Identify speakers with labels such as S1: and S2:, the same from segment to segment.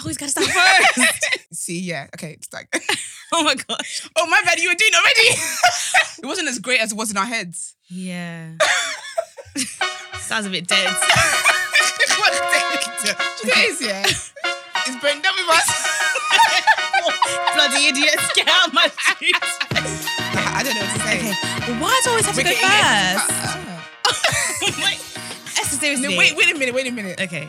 S1: always gotta stop first.
S2: See, yeah. Okay, it's like,
S1: oh my gosh.
S2: oh, my bad, you were doing already. it wasn't as great as it was in our heads.
S1: Yeah. Sounds a bit dead.
S2: what the It is, yeah. It's burned up with us.
S1: Bloody idiots, get out of my seat.
S2: I don't know what to say.
S1: Okay. Why do I always have to
S2: We're
S1: go
S2: getting extra-
S1: first?
S2: uh, uh.
S1: Wait. Esther, seriously.
S2: No, wait, wait a minute, wait a minute.
S1: Okay.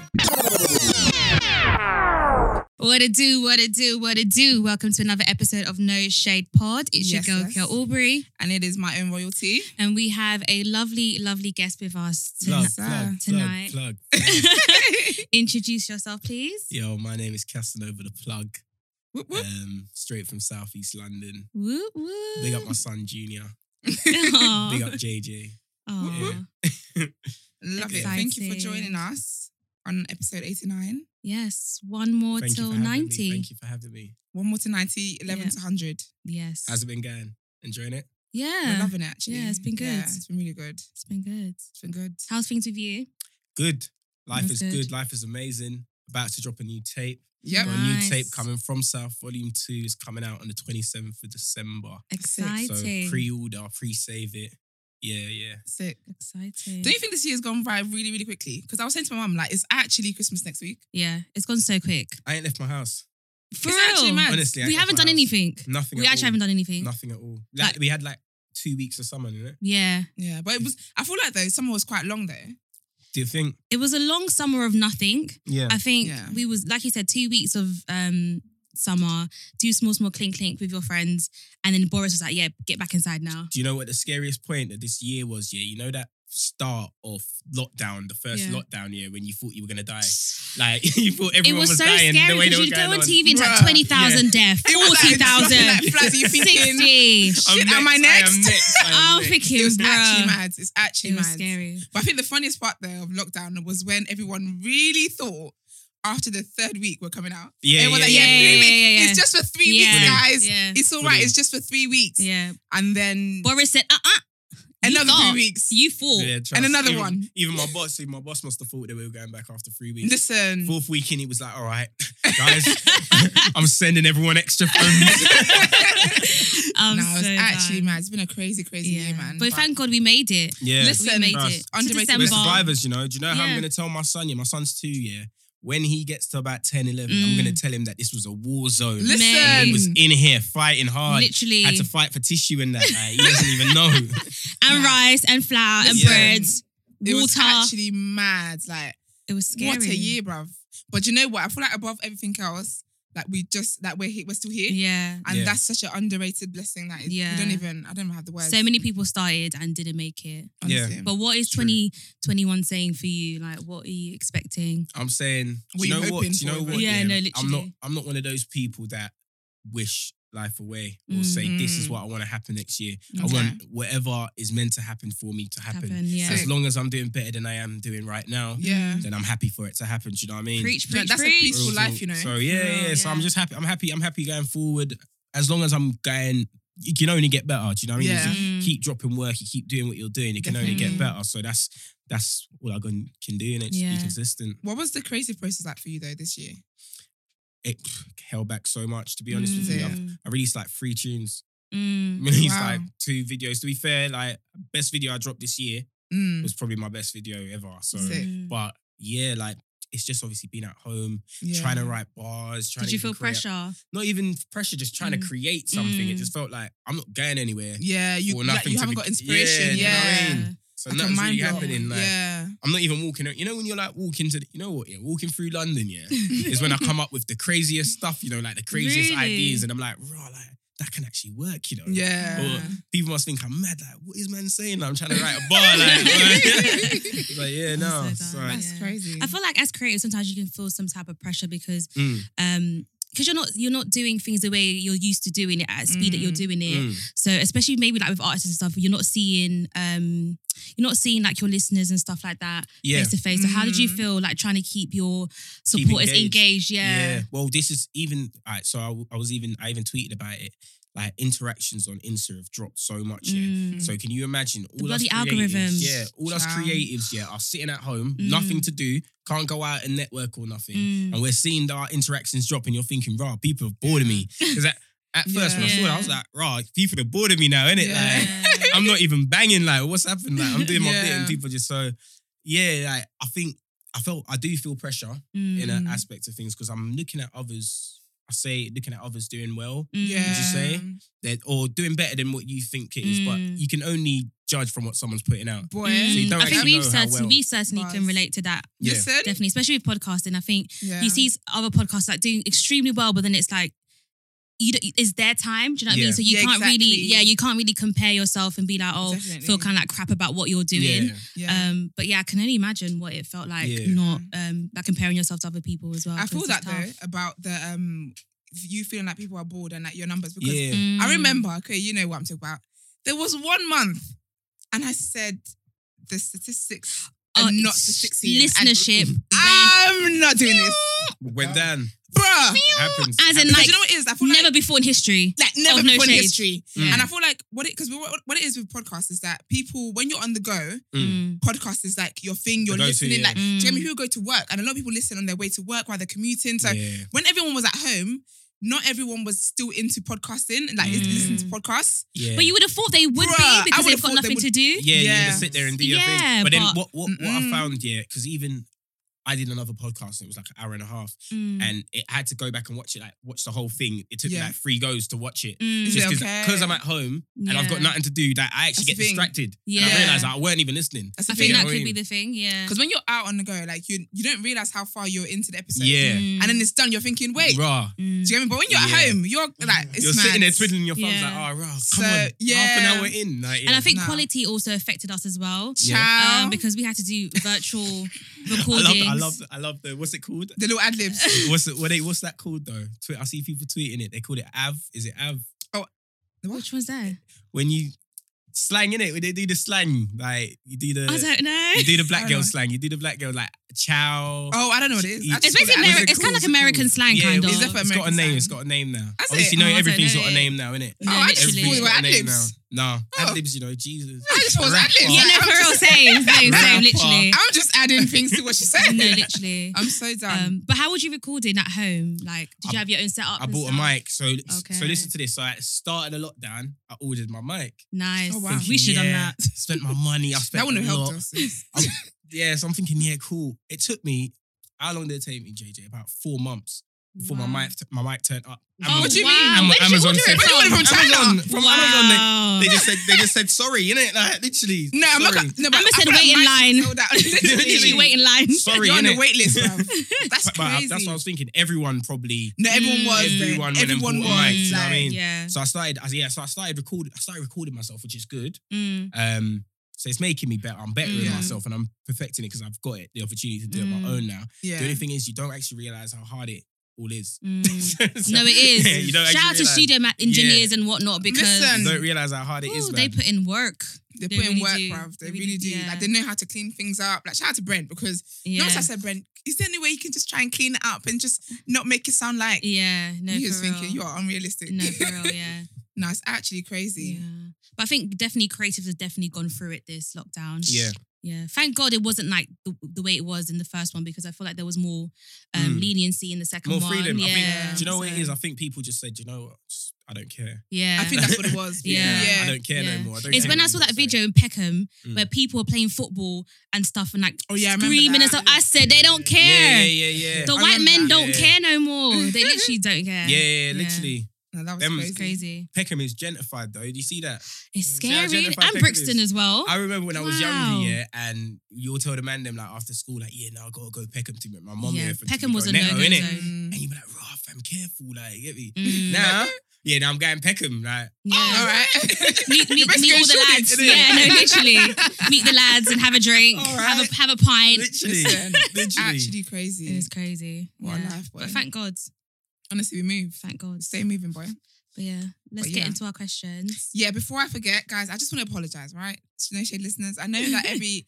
S3: What it do, what it do, what it do. Welcome to another episode of No Shade Pod. It's
S2: Yes,
S3: your girl,
S2: yes.
S3: Kia Aubrey.
S2: And it is my own royalty.
S3: And we have a lovely, lovely guest with us
S4: Plug,
S3: tonight.
S2: Yes, sir.
S4: plug,
S3: Tonight.
S4: plug, plug, plug.
S3: Introduce yourself, please.
S4: Yo, my name is Casanova the Plug.
S2: Whoop, whoop.
S4: Um, straight from Southeast London.
S3: Woo, woo.
S4: Big up my son Junior.
S3: Aw.
S4: Big up JJ.
S3: Aw.
S4: Yeah.
S2: Love it. Thank you for
S3: Exciting.
S2: joining us on episode 89.
S3: Yes, one more
S4: Thank you
S3: till
S4: for having
S3: 90.
S4: me. Thank you for having me.
S2: One more to 90, 11
S3: Yeah.
S2: to 100.
S3: Yes.
S4: How's it been going? Enjoying it?
S3: yeah.
S2: We're loving it, actually.
S3: Yeah, it's been good.
S2: Yeah, it's been really good.
S3: It's been good.
S2: It's been good.
S3: How's things with you?
S4: Good. Life
S3: That's
S4: is
S3: good.
S4: good. Life is amazing. About to drop a new tape.
S2: Yep.
S4: Got
S3: Nice.
S4: A new tape coming from South. Volume two is coming out on the 27th of December.
S3: Exciting.
S4: So pre-order, pre-save it. Yeah, yeah.
S2: Sick.
S3: Exciting.
S2: Don't you think this year's gone by really, really quickly? Because I was saying to my mum, like, it's actually Christmas next week.
S3: yeah, it's gone so quick.
S4: I ain't left my house.
S3: For
S2: It's
S3: real.
S2: actually mad.
S4: Honestly, I
S3: we
S4: ain't
S3: haven't
S4: left my
S3: done
S4: house.
S3: anything.
S4: Nothing.
S3: We
S4: at
S3: actually
S4: all.
S3: haven't done anything.
S4: Nothing at all. Like,
S3: Like-
S4: we had like two weeks of summer, didn't it?
S3: Yeah.
S2: Yeah, but it was, I feel like though, summer was quite long though.
S4: Do you think?
S3: It was a long summer of nothing.
S4: Yeah.
S3: I think
S2: Yeah.
S3: we was like you said, two weeks of um summer, do small, small clink clink with your friends. And then Boris was like, Yeah, get back inside now.
S4: Do you know what the scariest point of this year was? Yeah, you know that start of lockdown, the first
S3: Yeah.
S4: lockdown year when you thought you were gonna die. Like you thought everyone
S3: it was,
S4: was,
S3: so
S4: dying
S3: scary
S4: the way they
S3: because
S4: were
S3: you'd go
S4: going
S3: on
S4: on.
S3: TV and it's like
S2: Bruh.
S3: 20,000 death,
S2: It was like-
S3: 40,000,
S2: like Flappy thinking.
S3: 60.
S4: I'm
S2: Shit, am I next?
S4: next? am next. I am
S3: I'm
S4: next.
S3: thinking,
S2: It was
S3: bruh.
S2: actually mad. It's actually
S3: It was
S2: mad.
S3: scary.
S2: But I think the funniest part though of lockdown was when everyone really thought after the third week we're coming out.
S4: Yeah,
S2: Everyone was
S4: yeah,
S2: like,
S4: yeah,
S2: three
S3: yeah,
S2: weeks.
S3: yeah, yeah.
S2: It's just for three weeks,
S3: Yeah,
S2: guys.
S3: yeah.
S2: It's all right. It's just for three weeks.
S3: Yeah.
S2: And then
S3: Boris said, uh uh you
S2: another
S3: got-
S2: three weeks.
S3: You fool.
S4: Yeah, trust.
S2: and another
S4: even,
S2: one.
S4: Even my boss, even my boss must have thought that we were going back after three weeks.
S2: Listen.
S4: Fourth week in, he was like, "All right, guys, I'm sending everyone extra phones."
S3: I'm
S2: no, it's
S3: so
S2: actually
S3: done.
S2: mad. It's been a crazy, crazy year, man.
S3: But, thank God we made it.
S4: yeah,
S2: Listen,
S3: we made
S4: bruh.
S3: it. To
S2: Underrated.
S3: December.
S4: We're survivors, you know. Do you know how
S3: Yeah.
S4: I'm going to tell my son? Yeah, my son's two, yeah. When he gets to about 10, 11, I'm going to tell him that this was a war zone.
S2: Listen.
S4: He was in here fighting hard.
S3: Literally.
S4: Had to fight for tissue and that. Like, he doesn't even know.
S3: and
S2: Nah.
S3: rice and flour and
S4: Listen,
S3: bread,
S2: it
S3: water.
S2: was actually mad. Like
S3: it was scary.
S2: what a year, bruv. But you know what? I feel like above everything else, like we just like we're here, we're still here.
S3: Yeah.
S2: And
S4: Yeah.
S2: that's such an underrated blessing that is,
S3: Yeah.
S2: you don't even I don't even have the words.
S3: So many people started and didn't make it.
S2: honestly.
S3: But what is
S4: True.
S3: 2021 saying for you? Like, what are you expecting?
S4: I'm saying,
S2: What
S4: do
S2: you
S4: you know what?
S2: hoping
S4: Do you know
S2: for,
S4: what?
S3: yeah? no,
S4: I'm not.
S3: literally.
S4: I'm not one of those people that wish life away or say
S2: Mm.
S4: this is what I want to happen next year. I
S2: Okay.
S4: want whatever is meant to happen for me to happen.
S3: Happen, yeah.
S4: As long as I'm doing better than I am doing right now,
S3: Mm.
S2: Yeah.
S4: then I'm happy for it to happen. Do you know what I mean?
S3: Preach,
S2: No,
S3: preach,
S2: that's a
S3: preach.
S2: peaceful life, you know.
S4: So yeah,
S3: For real,
S4: yeah. So
S3: yeah.
S4: I'm just happy. I'm happy. I'm happy going forward. As long as I'm going, you can only get better. Do you know what I mean?
S2: Yeah.
S4: You
S3: Mm.
S4: keep dropping work. You keep doing what you're doing. You can only get
S3: Definitely.
S4: better. So that's that's all I can can do, and it's
S3: Yeah.
S4: be consistent.
S2: What was the creative process like for you though this year?
S4: It held back so much. To be honest with
S2: Mm.
S4: you, I've, I released like three tunes.
S3: Mm.
S4: Released
S2: Wow.
S4: like two videos. To be fair, like best video I dropped this year
S2: Mm.
S4: was probably my best video ever. So,
S2: Sick.
S3: Mm.
S4: but yeah, like. It's just obviously being at home,
S2: Yeah.
S4: trying to write bars. Trying
S3: Did
S4: to
S3: you
S4: even
S3: feel
S4: create-
S3: pressure?
S4: not even pressure, just trying
S3: Mm.
S4: to create something. It
S3: Mm.
S4: just felt like I'm not going anywhere.
S2: Yeah, you
S4: Or
S2: like,
S4: nothing
S2: you
S4: to
S2: haven't
S4: be-
S2: got inspiration.
S4: Yeah,
S2: Yeah.
S4: I no, mean,
S3: Yeah.
S4: So
S2: Like a
S4: nothing's really
S2: mind blow.
S4: happening. Like
S2: yeah.
S4: I'm not even walking. You know when you're like walking to, the, you know what? Yeah, walking through London. Yeah, is when I come up with the craziest stuff. You know, like the craziest
S3: Really?
S4: ideas, and I'm like, raw, like that can actually work. You know.
S2: Yeah.
S4: Or people must think I'm mad. Like, what is man saying? I'm trying to write a bar. Like, but yeah,
S3: I'm
S4: no.
S3: so
S4: So,
S3: done.
S2: That's
S3: Yeah.
S2: crazy.
S3: I feel like as creatives, sometimes you can feel some type of pressure because,
S4: Mm.
S3: um, because you're not you're not doing things the way you're used to doing it at a speed that you're
S2: Mm.
S3: doing it.
S4: mm.
S3: So especially maybe like with artists and stuff, you're not seeing um you're not seeing like your listeners and stuff like that
S4: yeah.
S3: face to face. So how did you
S2: Mm.
S3: feel like trying to keep your supporters
S4: engaged.
S3: engaged? Yeah.
S4: Well, this is even. All right, so I, w- I was even. I even tweeted about it. like interactions on Insta have dropped so much. Yeah.
S3: Mm.
S4: So can you imagine all us
S3: bloody
S4: creatives,
S3: algorithms.
S4: Yeah, all us
S2: Wow.
S4: creatives, yeah, are sitting at home,
S3: Mm.
S4: nothing to do, can't go out and network or nothing,
S3: Mm.
S4: and we're seeing our interactions drop, and you're thinking, "Rah, people are bored of me." Because at, at first when I saw it, I was
S3: Yeah.
S4: like, "Rah, people are bored of me now, innit?"
S2: Yeah.
S4: Like, I'm not even banging. Like, what's happened? Like, I'm doing my bit, and
S2: Yeah.
S4: people just so, yeah. Like, I think I felt I do feel pressure
S3: Mm.
S4: in an aspect of things because I'm looking at others. I say looking at others doing well,
S3: Mm.
S2: Yeah.
S4: you say? they're, or doing better than what you think it is, but
S3: Mm.
S4: you can only judge from what someone's putting out.
S2: Boy.
S4: So you don't
S3: I think
S4: actually
S3: we've
S4: know how
S3: certain,
S4: well.
S3: we certainly can
S2: Bars.
S3: relate to that.
S4: Yeah.
S2: Listen.
S3: Definitely, especially with podcasting. I think
S2: Yeah.
S3: you see other podcasts like doing extremely well, but then it's like, you don't, it's their time. Do you know what I
S4: Yeah.
S3: mean? So you
S2: Yeah,
S3: can't really,
S2: exactly.
S3: yeah, you can't really compare yourself and be like, oh,
S2: Definitely.
S3: feel kind of like crap about what you're doing.
S4: Yeah.
S2: Yeah.
S3: Um, but yeah, I can only imagine what it felt like
S4: Yeah.
S3: not um like comparing yourself to other people as well.
S2: I
S3: 'cause
S2: feel
S3: it's
S2: that
S3: tough.
S2: though about the um you feeling like people are bored and like your numbers because
S4: yeah.
S3: Mm.
S2: I remember, okay, you know what I'm talking about. There was one month and I said the statistics are
S3: Oh,
S2: not
S3: it's
S2: succeeding. and- Ah!
S3: listenership. went-
S2: I'm not doing this.
S4: Went down.
S2: Bruh.
S4: Happens.
S3: As in,
S2: Because
S3: like,
S2: you know what it is? I feel like
S3: never before in history.
S2: like never
S3: Oh, no
S2: before in
S3: shade.
S2: history.
S4: Mm.
S2: And I feel like what it because what, what it is with podcasts is that people when you're on the go,
S3: Mm.
S2: podcast is like your thing. You're
S4: The go-to,
S2: listening.
S4: yeah.
S2: Like, do you know what I mean?
S3: Mm.
S2: People go to work, and a lot of people listen on their way to work while they're commuting. So
S4: yeah.
S2: when everyone was at home, not everyone was still into podcasting. and, Like, is
S3: Mm.
S2: listening to podcasts.
S4: yeah.
S3: But you would have thought they would
S2: Bruh, I
S3: be because
S2: would
S3: they've
S2: have
S3: got
S2: thought they
S3: nothing
S2: would-
S3: to do.
S4: Yeah, you
S2: Yeah.
S4: just sit there and do your
S3: Yeah,
S4: thing. But, then
S3: but-
S4: what what, what I
S2: Mm-mm.
S4: found, yeah, because even I did another podcast and it was like an hour and a half.
S3: Mm.
S4: And it I had to go back and watch it, like watch the whole thing. It took me
S2: Yeah.
S4: like three goes to watch it.
S3: Mm.
S2: Is
S4: Just
S2: it
S4: because
S2: okay?
S4: I'm at home and I've got
S3: Yeah.
S4: nothing to do, that I
S2: That's
S4: actually
S2: the
S4: get
S2: thing.
S4: distracted. And I
S3: Yeah.
S4: realized that I weren't even listening.
S2: That's the
S3: I
S2: thing.
S3: think
S4: Yeah,
S3: that
S4: I
S3: could
S4: mean-
S3: be the thing. Yeah.
S2: Because when you're out on the go, like you you don't realize how far you're into the episode.
S4: Yeah.
S3: Mm.
S2: And then it's done. You're thinking, wait.
S4: Rah.
S2: Do
S3: Mm.
S2: you know what I mean? But when you're
S4: Yeah.
S2: at home, you're like, it's
S4: You're
S2: mad.
S4: sitting there twiddling your thumbs
S3: Yeah.
S4: like, oh, rah, come
S2: So,
S4: on.
S2: yeah.
S4: Half an hour in. Like, yeah.
S3: And I think
S2: Nah.
S3: quality also affected us as well.
S2: Ciao.
S3: Um, because we had to do virtual
S4: I love,
S3: recordings.
S4: I love, I love the, what's it called?
S2: the little ad libs.
S4: What's it, what they, what's that called though? Tweet, I see people tweeting it. They call it Av. Is it Av?
S3: Which one's that?
S4: When you slang in it, when they do the slang, like you do the
S3: I don't know.
S4: you do the black
S2: I
S4: girl
S2: don't know.
S4: slang, you do the black girl like chow.
S2: Oh, I don't know what it is. I
S4: It's
S2: just
S3: It's
S2: call
S3: basically
S2: it ad
S3: Ameri-
S2: libs.
S3: it's kind of like
S4: What's it called?
S3: American slang,
S4: yeah,
S3: kind
S4: it's
S3: of.
S2: definitely
S4: it's got a
S2: American
S4: name. It's
S2: slang.
S4: got a name now.
S2: That's
S4: Obviously,
S2: it.
S4: no,
S3: Oh, I don't
S4: everything's
S3: know
S4: got a
S3: it.
S4: name now, innit?
S2: Oh, I just
S3: Literally.
S2: thought they were
S4: Everything's got a
S2: ad
S4: name now.
S2: libs.
S4: No,
S2: Oh.
S4: ad libs, you know, Jesus.
S2: I just thought it was ad
S4: Rapper.
S2: libs.
S3: yeah, no, for real, same, same,
S4: Rapper.
S3: same, literally.
S2: I'm just adding things to what she said.
S3: No, literally.
S2: I'm so done.
S3: Um, but how would you record in at home? Like, did you have your own setup?
S4: I
S3: and
S4: bought a
S3: stuff?
S4: mic, so so
S3: Okay.
S4: listen to this. So at the start of the lockdown, I ordered my mic.
S3: Nice.
S2: Oh, wow.
S3: We should have
S4: Yeah,
S3: done that.
S4: Spent my money. I spent
S2: that wouldn't
S4: a
S2: have
S4: lot.
S2: helped us.
S4: Yeah, so I'm thinking, yeah, cool. It took me how long did it take me, JJ? About four months before
S3: Wow.
S4: my mic my mic turned up.
S3: Oh,
S2: What do you mean?
S3: wow.
S4: Am-
S3: Where did you
S4: Amazon
S3: order
S4: said-
S3: it
S2: Where did you order it from? China?
S4: Amazon, from Amazon,
S3: Wow.
S4: they, they just said they just said sorry, innit? Like literally.
S2: No, I'm not.
S4: sorry.
S2: gonna- No, but
S3: Amber
S2: I
S3: said
S2: feel like
S3: wait in
S2: Mike's
S3: line.
S2: sold out.
S3: Literally
S2: Literally,
S3: wait in line.
S4: Sorry,
S2: You're on the
S4: innit?
S2: wait list, bruv. That's
S4: But I,
S2: crazy.
S4: that's what I was thinking. Everyone probably.
S2: No, everyone was. Everyone,
S4: Everyone went and
S2: everyone was.
S4: bought mics, you know what I
S2: like,
S4: mean?
S3: Mm, Yeah.
S4: So I started. I- Yeah, so I started recording. I started recording myself, which is good.
S3: Mm.
S4: Um, so it's making me better. I'm bettering
S2: Yeah.
S4: myself, and I'm perfecting it because I've got it. The opportunity to do it on my
S3: Mm.
S4: own now.
S2: yeah.
S4: The only thing is, you don't actually realize how hard it all is.
S3: Mm.
S4: So-
S3: No, it is.
S4: Yeah, you don't
S3: Shout
S4: actually
S3: out to
S4: realise-
S3: studio ma- engineers and whatnot because
S2: Listen,
S4: You don't realize how hard it is,
S3: Ooh,
S4: man.
S3: they put in work.
S2: they
S3: They
S2: put in
S3: really
S2: work,
S3: do.
S2: bruv. They
S3: They
S2: really
S3: really-
S2: do.
S3: yeah.
S2: Like they know how to clean things up. Like shout out to Brent because
S3: Yeah,
S2: notice I said Brent, is there any way you can just try and clean it up and just not make it sound like
S3: yeah. No, for
S2: you was thinking you
S3: real.
S2: are unrealistic?
S3: No, for real. Yeah,
S2: no, it's actually crazy.
S3: yeah. But I think definitely creatives have definitely gone through it this lockdown.
S4: yeah,
S3: yeah. Thank God it wasn't like the, the way it was in the first one because I feel like there was more um,
S4: Mm.
S3: leniency in the second
S4: more
S3: one.
S4: freedom.
S3: Yeah.
S4: I think. Do you know what it
S3: so-
S4: is? I think people just said, you know what, Just- I don't care.
S3: Yeah.
S2: I think that's what it was.
S3: Yeah.
S2: yeah.
S4: I don't care
S3: yeah.
S4: no more. I don't
S3: It's
S4: care
S3: when I
S4: anymore.
S3: saw that
S4: So-
S3: video in Peckham
S4: Mm.
S3: where people were playing football and stuff and like
S2: Oh, yeah, I remember
S3: screaming and
S2: that.
S3: stuff. I said they don't care.
S4: Yeah, yeah, yeah. yeah.
S3: The
S2: I
S3: white
S2: remember
S3: men
S2: that.
S3: don't
S4: Yeah.
S3: care no more. They literally don't care.
S4: yeah, yeah, literally.
S2: No, that was
S4: Them was
S2: crazy.
S3: Crazy.
S4: Peckham is gentrified though. Do you see that?
S3: It's
S2: Mm.
S4: See how
S3: scary. And
S4: Jennifer Peckham
S3: Brixton
S4: is?
S3: as well.
S4: I remember when I was
S3: Oh, Wow.
S4: younger, yeah, and you'll tell the man them like after school, like, yeah, now I gotta go Peckham to meet my mom.
S3: Yeah,
S4: Yeah, for
S3: Peckham
S4: to
S3: was
S4: go
S3: a
S4: Neto,
S3: no-go
S4: innit?
S3: zone.
S2: Mm.
S4: And you'd be like, rah, fam, careful, like, get me.
S3: Mm.
S4: Now, yeah, now I'm going Peckham, like,
S3: Yeah.
S2: All right.
S3: Meet, meet, meet all the lads.
S4: innit?
S3: Yeah, no, literally. meet the lads and have a drink,
S4: All
S3: have
S4: right.
S3: a have a pint.
S4: literally,
S2: Listen,
S4: literally.
S2: Actually crazy.
S3: It was crazy.
S2: What a
S3: yeah.
S2: life, boy.
S3: But thank God.
S2: Honestly, we move.
S3: Thank God.
S2: Stay moving, boy.
S3: But yeah, let's
S2: But
S3: get
S2: yeah.
S3: into our questions.
S2: Yeah, before I forget, guys, I just want to apologize, right? No shade listeners. I know that every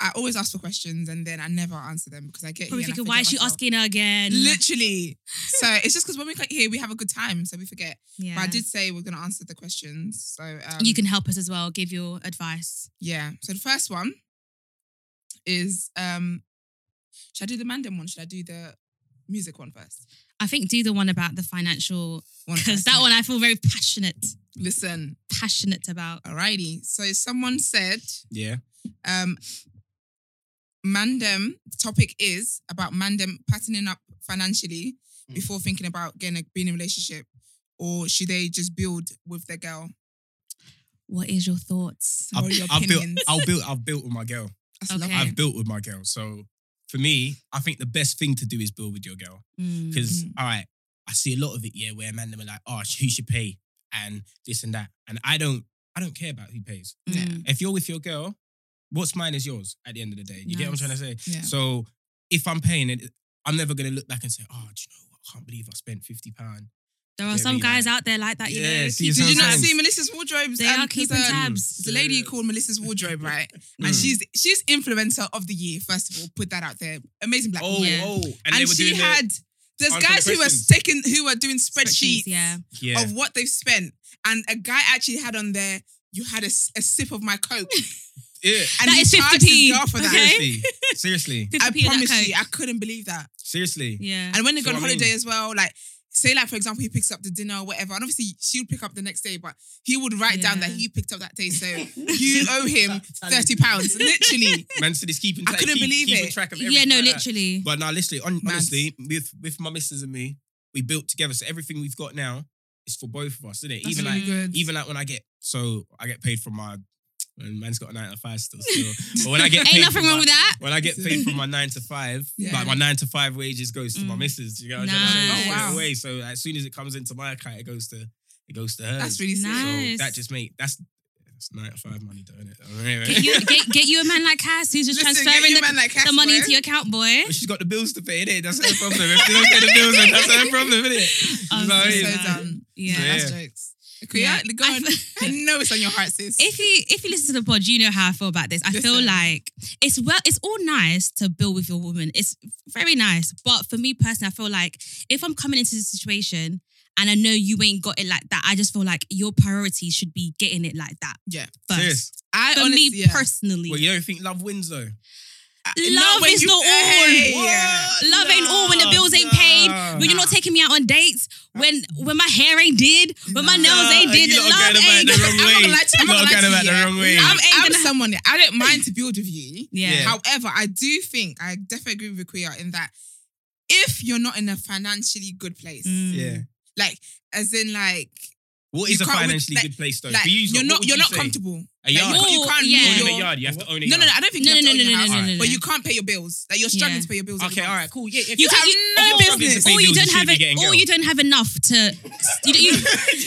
S2: I always ask for questions and then I never answer them because I get
S3: Probably
S2: here and I
S3: thinking,
S2: forget
S3: why is she
S2: myself.
S3: asking her again?
S2: Literally. so it's just because when we get here, we have a good time, so we forget.
S3: yeah.
S2: But I did say we're gonna answer the questions. So um,
S3: you can help us as well. Give your advice.
S2: Yeah. So the first one is um should I do the Mandem one? Should I do the music one first?
S3: I think do the one about the financial
S2: One
S3: because
S2: first,
S3: that
S2: innit?
S3: one I feel very passionate,
S2: Listen,
S3: passionate about.
S2: alrighty. So someone said
S4: Yeah.
S2: um Mandem topic is about Mandem patterning up financially
S3: Hmm.
S4: Mm.
S2: before thinking about getting a, being in a relationship. Or should they just build with their girl?
S3: What is your thoughts?
S2: What are your
S4: I've built.
S2: opinions?
S4: I've built. I've built with my girl.
S2: That's
S3: Okay.
S2: lovely.
S4: I've built with my girl. So for me, I think the best thing to do is build with your girl.
S3: Mm.
S4: Because
S2: Mm-hmm.
S4: all right, I see a lot of it, yeah, where men them are like, oh, who should pay and this and that, and I don't, I don't care about who pays.
S3: Mm.
S4: If you're with your girl, what's mine is yours. At the end of the day, you get what I'm
S3: Nice.
S4: trying to say.
S2: Yeah.
S4: So if I'm paying it, I'm never gonna look back and say, oh, do you know what? I can't believe I spent fifty pound.
S3: There are
S4: Yeah,
S3: some
S4: me,
S3: guys
S4: like-
S3: out there like that. You
S4: Yeah,
S3: know,
S4: see,
S3: keep
S4: so
S2: Did you not
S4: Sometimes.
S2: see Melissa's wardrobes?
S3: They
S2: And
S3: are keeping
S2: there's a-
S3: tabs.
S2: There's a lady
S4: Yeah.
S2: called Melissa's wardrobe, right? And
S4: Mm.
S2: she's she's influencer of the year. First of all, put that out there. Amazing black
S4: Oh,
S2: woman.
S3: Yeah.
S4: oh,
S2: And,
S4: they were
S2: she
S4: doing the-
S2: had there's
S4: answer the
S2: guys who were
S4: questions.
S2: taking who were doing spreadsheets,
S3: Yeah,
S4: yeah.
S2: of what they've spent, and a guy actually had on there. You had a, s- a sip of my coke,
S4: yeah.
S2: and
S3: That
S2: he
S3: is
S2: charged
S3: 50p,
S2: his girl for that.
S3: okay?
S4: Seriously, seriously,
S3: 50p
S2: I
S3: in that
S2: promise you,
S3: coat.
S2: I couldn't believe that.
S4: seriously.
S3: yeah.
S2: And when they go
S4: So
S2: on
S4: I mean-
S2: holiday as well, like say like for example, he picks up the dinner or whatever, and obviously she would pick up the next day, but he would write down that
S3: Yeah.
S2: he picked up that day, so you owe him thirty pounds, literally.
S4: Man said he's keeping.
S2: I couldn't
S4: keep-
S2: believe
S4: keeping
S2: it.
S4: Track of
S3: yeah,
S4: everything
S3: no,
S4: like that.
S3: literally.
S4: But now, literally, on,
S2: Mad.
S4: honestly, with with my missus and me, we built together. So everything we've got now is for both of us, isn't it?
S2: That's
S4: even
S2: really
S4: like
S2: good.
S4: even like when I get so I get paid from my and man's got a nine to five still. still. but when I get paid
S3: Ain't nothing
S4: from
S3: wrong
S4: my,
S3: with that.
S4: When I get paid from my nine to five,
S2: Yeah.
S4: like my nine to five wages goes to my
S3: Mm.
S4: missus. You know what I'm trying to
S3: Nice.
S4: say?
S2: Oh,
S4: Straight
S2: wow.
S4: away. So like, as soon as it comes into my account, it goes to it goes to hers.
S2: That's really sick.
S3: Nah. Nice.
S4: So that just make that's that's nine to five money, though, isn't it?
S3: Get you, get, get you a man like Cass who's just
S2: Listen, get
S3: transferring
S2: your
S3: the,
S2: man like Cass,
S3: the money
S2: boy.
S3: into your account, boy.
S4: But she's got the bills to pay, innit? That's her problem. If she don't pay the bills, then that's her problem, innit?
S3: Oh,
S4: You know what I
S2: so
S4: mean?
S2: dumb.
S3: Yeah.
S2: No, that's
S4: Yeah.
S2: jokes. Okay, yeah,
S3: Yeah.
S2: go
S3: I
S2: on.
S3: f-
S2: I know it's on your heart, sis.
S3: If you if you listen to the pod, you know how I feel about this. I feel
S2: Listen.
S3: like it's well, it's all nice to build with your woman. It's very nice, but for me personally, I feel like if I'm coming into this situation and I know you ain't got it like that, I just feel like your priority should be getting it like that.
S2: Yeah.
S3: first.
S4: Serious.
S2: I
S3: For
S2: honestly,
S3: me
S2: yeah.
S3: personally,
S4: Well, you don't think love wins though?
S3: love
S2: when
S3: is
S2: you-
S3: not all.
S2: Hey,
S4: What?
S2: yeah.
S3: Love ain't all when the bills ain't paid, when you're not
S4: Nah.
S3: taking me out on dates, when when my hair ain't did, when my nails ain't
S4: Nah,
S3: did,
S4: you lot
S3: love
S4: going about
S3: ain't.
S4: it the wrong
S2: I'm not
S4: way.
S2: gonna lie to you. I'm
S4: You
S2: not
S4: lot
S2: gonna
S4: going
S2: lie
S4: about
S2: to
S4: it the
S2: you.
S4: wrong way.
S2: I'm,
S3: Ain't
S2: I'm
S3: gonna-
S2: someone that I don't mind to build with you.
S3: Yeah.
S4: Yeah.
S2: However, I do think I definitely agree with Kuya in that if you're not in a financially good place,
S3: Mm.
S4: Yeah.
S2: like as in like
S4: What is
S2: You
S4: a
S2: can't with-
S4: financially
S2: like-
S4: good place though?
S2: like
S4: For you,
S2: you're
S4: what
S2: not
S4: would
S2: you're
S4: you
S2: not
S4: say?
S2: comfortable.
S4: A
S2: Like,
S4: yard.
S2: you,
S3: Ooh,
S2: can't- you can't
S3: yeah.
S2: leave
S4: Not even a
S2: your-
S4: yard. You have to own a
S2: No,
S4: yard.
S2: no, no. I don't think
S3: No,
S2: you have
S3: no,
S2: to
S3: no,
S2: own
S3: no,
S2: your
S3: no,
S2: house,
S3: no, no, no.
S2: but you can't pay your bills. Like you're struggling
S3: Yeah.
S2: to pay your bills.
S4: Okay, all right, cool. Yeah, if
S3: You
S4: you're
S3: can't-
S4: struggling-
S2: no
S4: if you're struggling to
S2: business.
S4: pay
S3: or you
S4: bills,
S3: don't
S4: should
S3: have
S4: be
S3: it,
S4: getting
S3: or
S4: girl.
S3: you don't have enough to you, you, you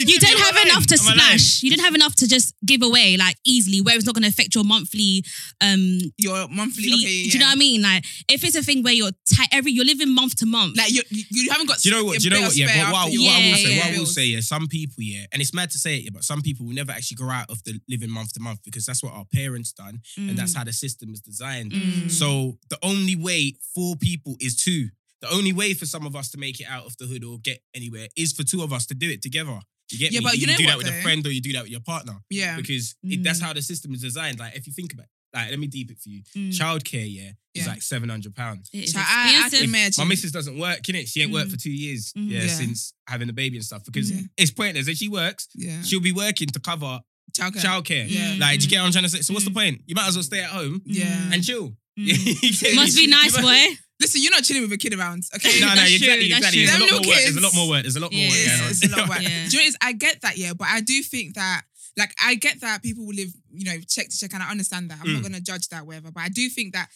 S4: me
S3: don't
S4: a
S3: have
S4: line.
S3: enough to
S4: I'm a line.
S3: splash. You don't have enough to just give away like easily, where it's not going to affect your monthly. Um,
S2: Your monthly.
S3: fleet.
S2: Okay, yeah,
S3: Do you know what I mean? Like if it's a thing where you're tight every, you're living month to month.
S2: Like you, you you haven't got.
S4: Do you know
S2: a
S4: what? Do you
S2: bit
S4: know
S2: of
S4: what? Yeah,
S2: spare
S4: but what, I-
S2: after
S4: what I
S2: your
S4: will say, what I will
S2: bills.
S4: say, yeah, some people, yeah, and it's mad to say it, yeah, but some people will never actually grow out of the living month to month because that's what our parents done and
S2: Mm.
S4: that's how the system is designed.
S3: Mm.
S4: So the only way for people is two. The only way for some of us to make it out of the hood or get anywhere is for two of us to do it together. You get
S2: Yeah,
S4: me?
S2: but you know
S4: do that
S2: what,
S4: with
S2: though?
S4: a friend or you do that with your partner
S2: Yeah.
S4: because it, that's
S3: Mm.
S4: how the system is designed. Like if you think about, like let me deep it for you.
S3: Mm.
S4: Childcare, yeah, is
S2: Yeah.
S4: like seven hundred pounds.
S3: It is
S2: So I, I
S3: expensive.
S2: can imagine. Mm-hmm.
S4: My missus doesn't work, innit? She ain't worked for two years,
S3: Mm.
S4: yeah,
S2: Yeah.
S4: since having the baby and stuff. Because
S2: Yeah.
S4: it's pointless. If she works,
S2: yeah.
S4: she'll be working to cover
S2: Childcare.
S4: childcare.
S2: Yeah.
S4: Like, do you get what I'm trying to say? So what's the
S3: Mm.
S4: point? You might as well stay at home
S2: Yeah.
S4: and chill.
S3: Mm.
S4: You get me?
S3: Must be nice,
S4: You
S3: boy.
S4: might-
S2: Listen, you're not chilling with a kid around, okay?
S4: No, no,
S3: That's
S4: exactly,
S3: true, that's
S4: exactly.
S3: true.
S4: There's a
S2: Them
S4: lot more
S2: little
S4: work. There's a
S2: kids-
S4: lot more work. There's a lot more
S3: Yeah.
S4: work
S2: It's,
S4: going on.
S2: it's a lot of work.
S3: Yeah.
S2: Do you know, it's, I get that, yeah, but I do think that, like, I get that people will live, you know, check to check, and I understand that. I'm not
S4: Mm.
S2: going to judge that, whatever, but I do think that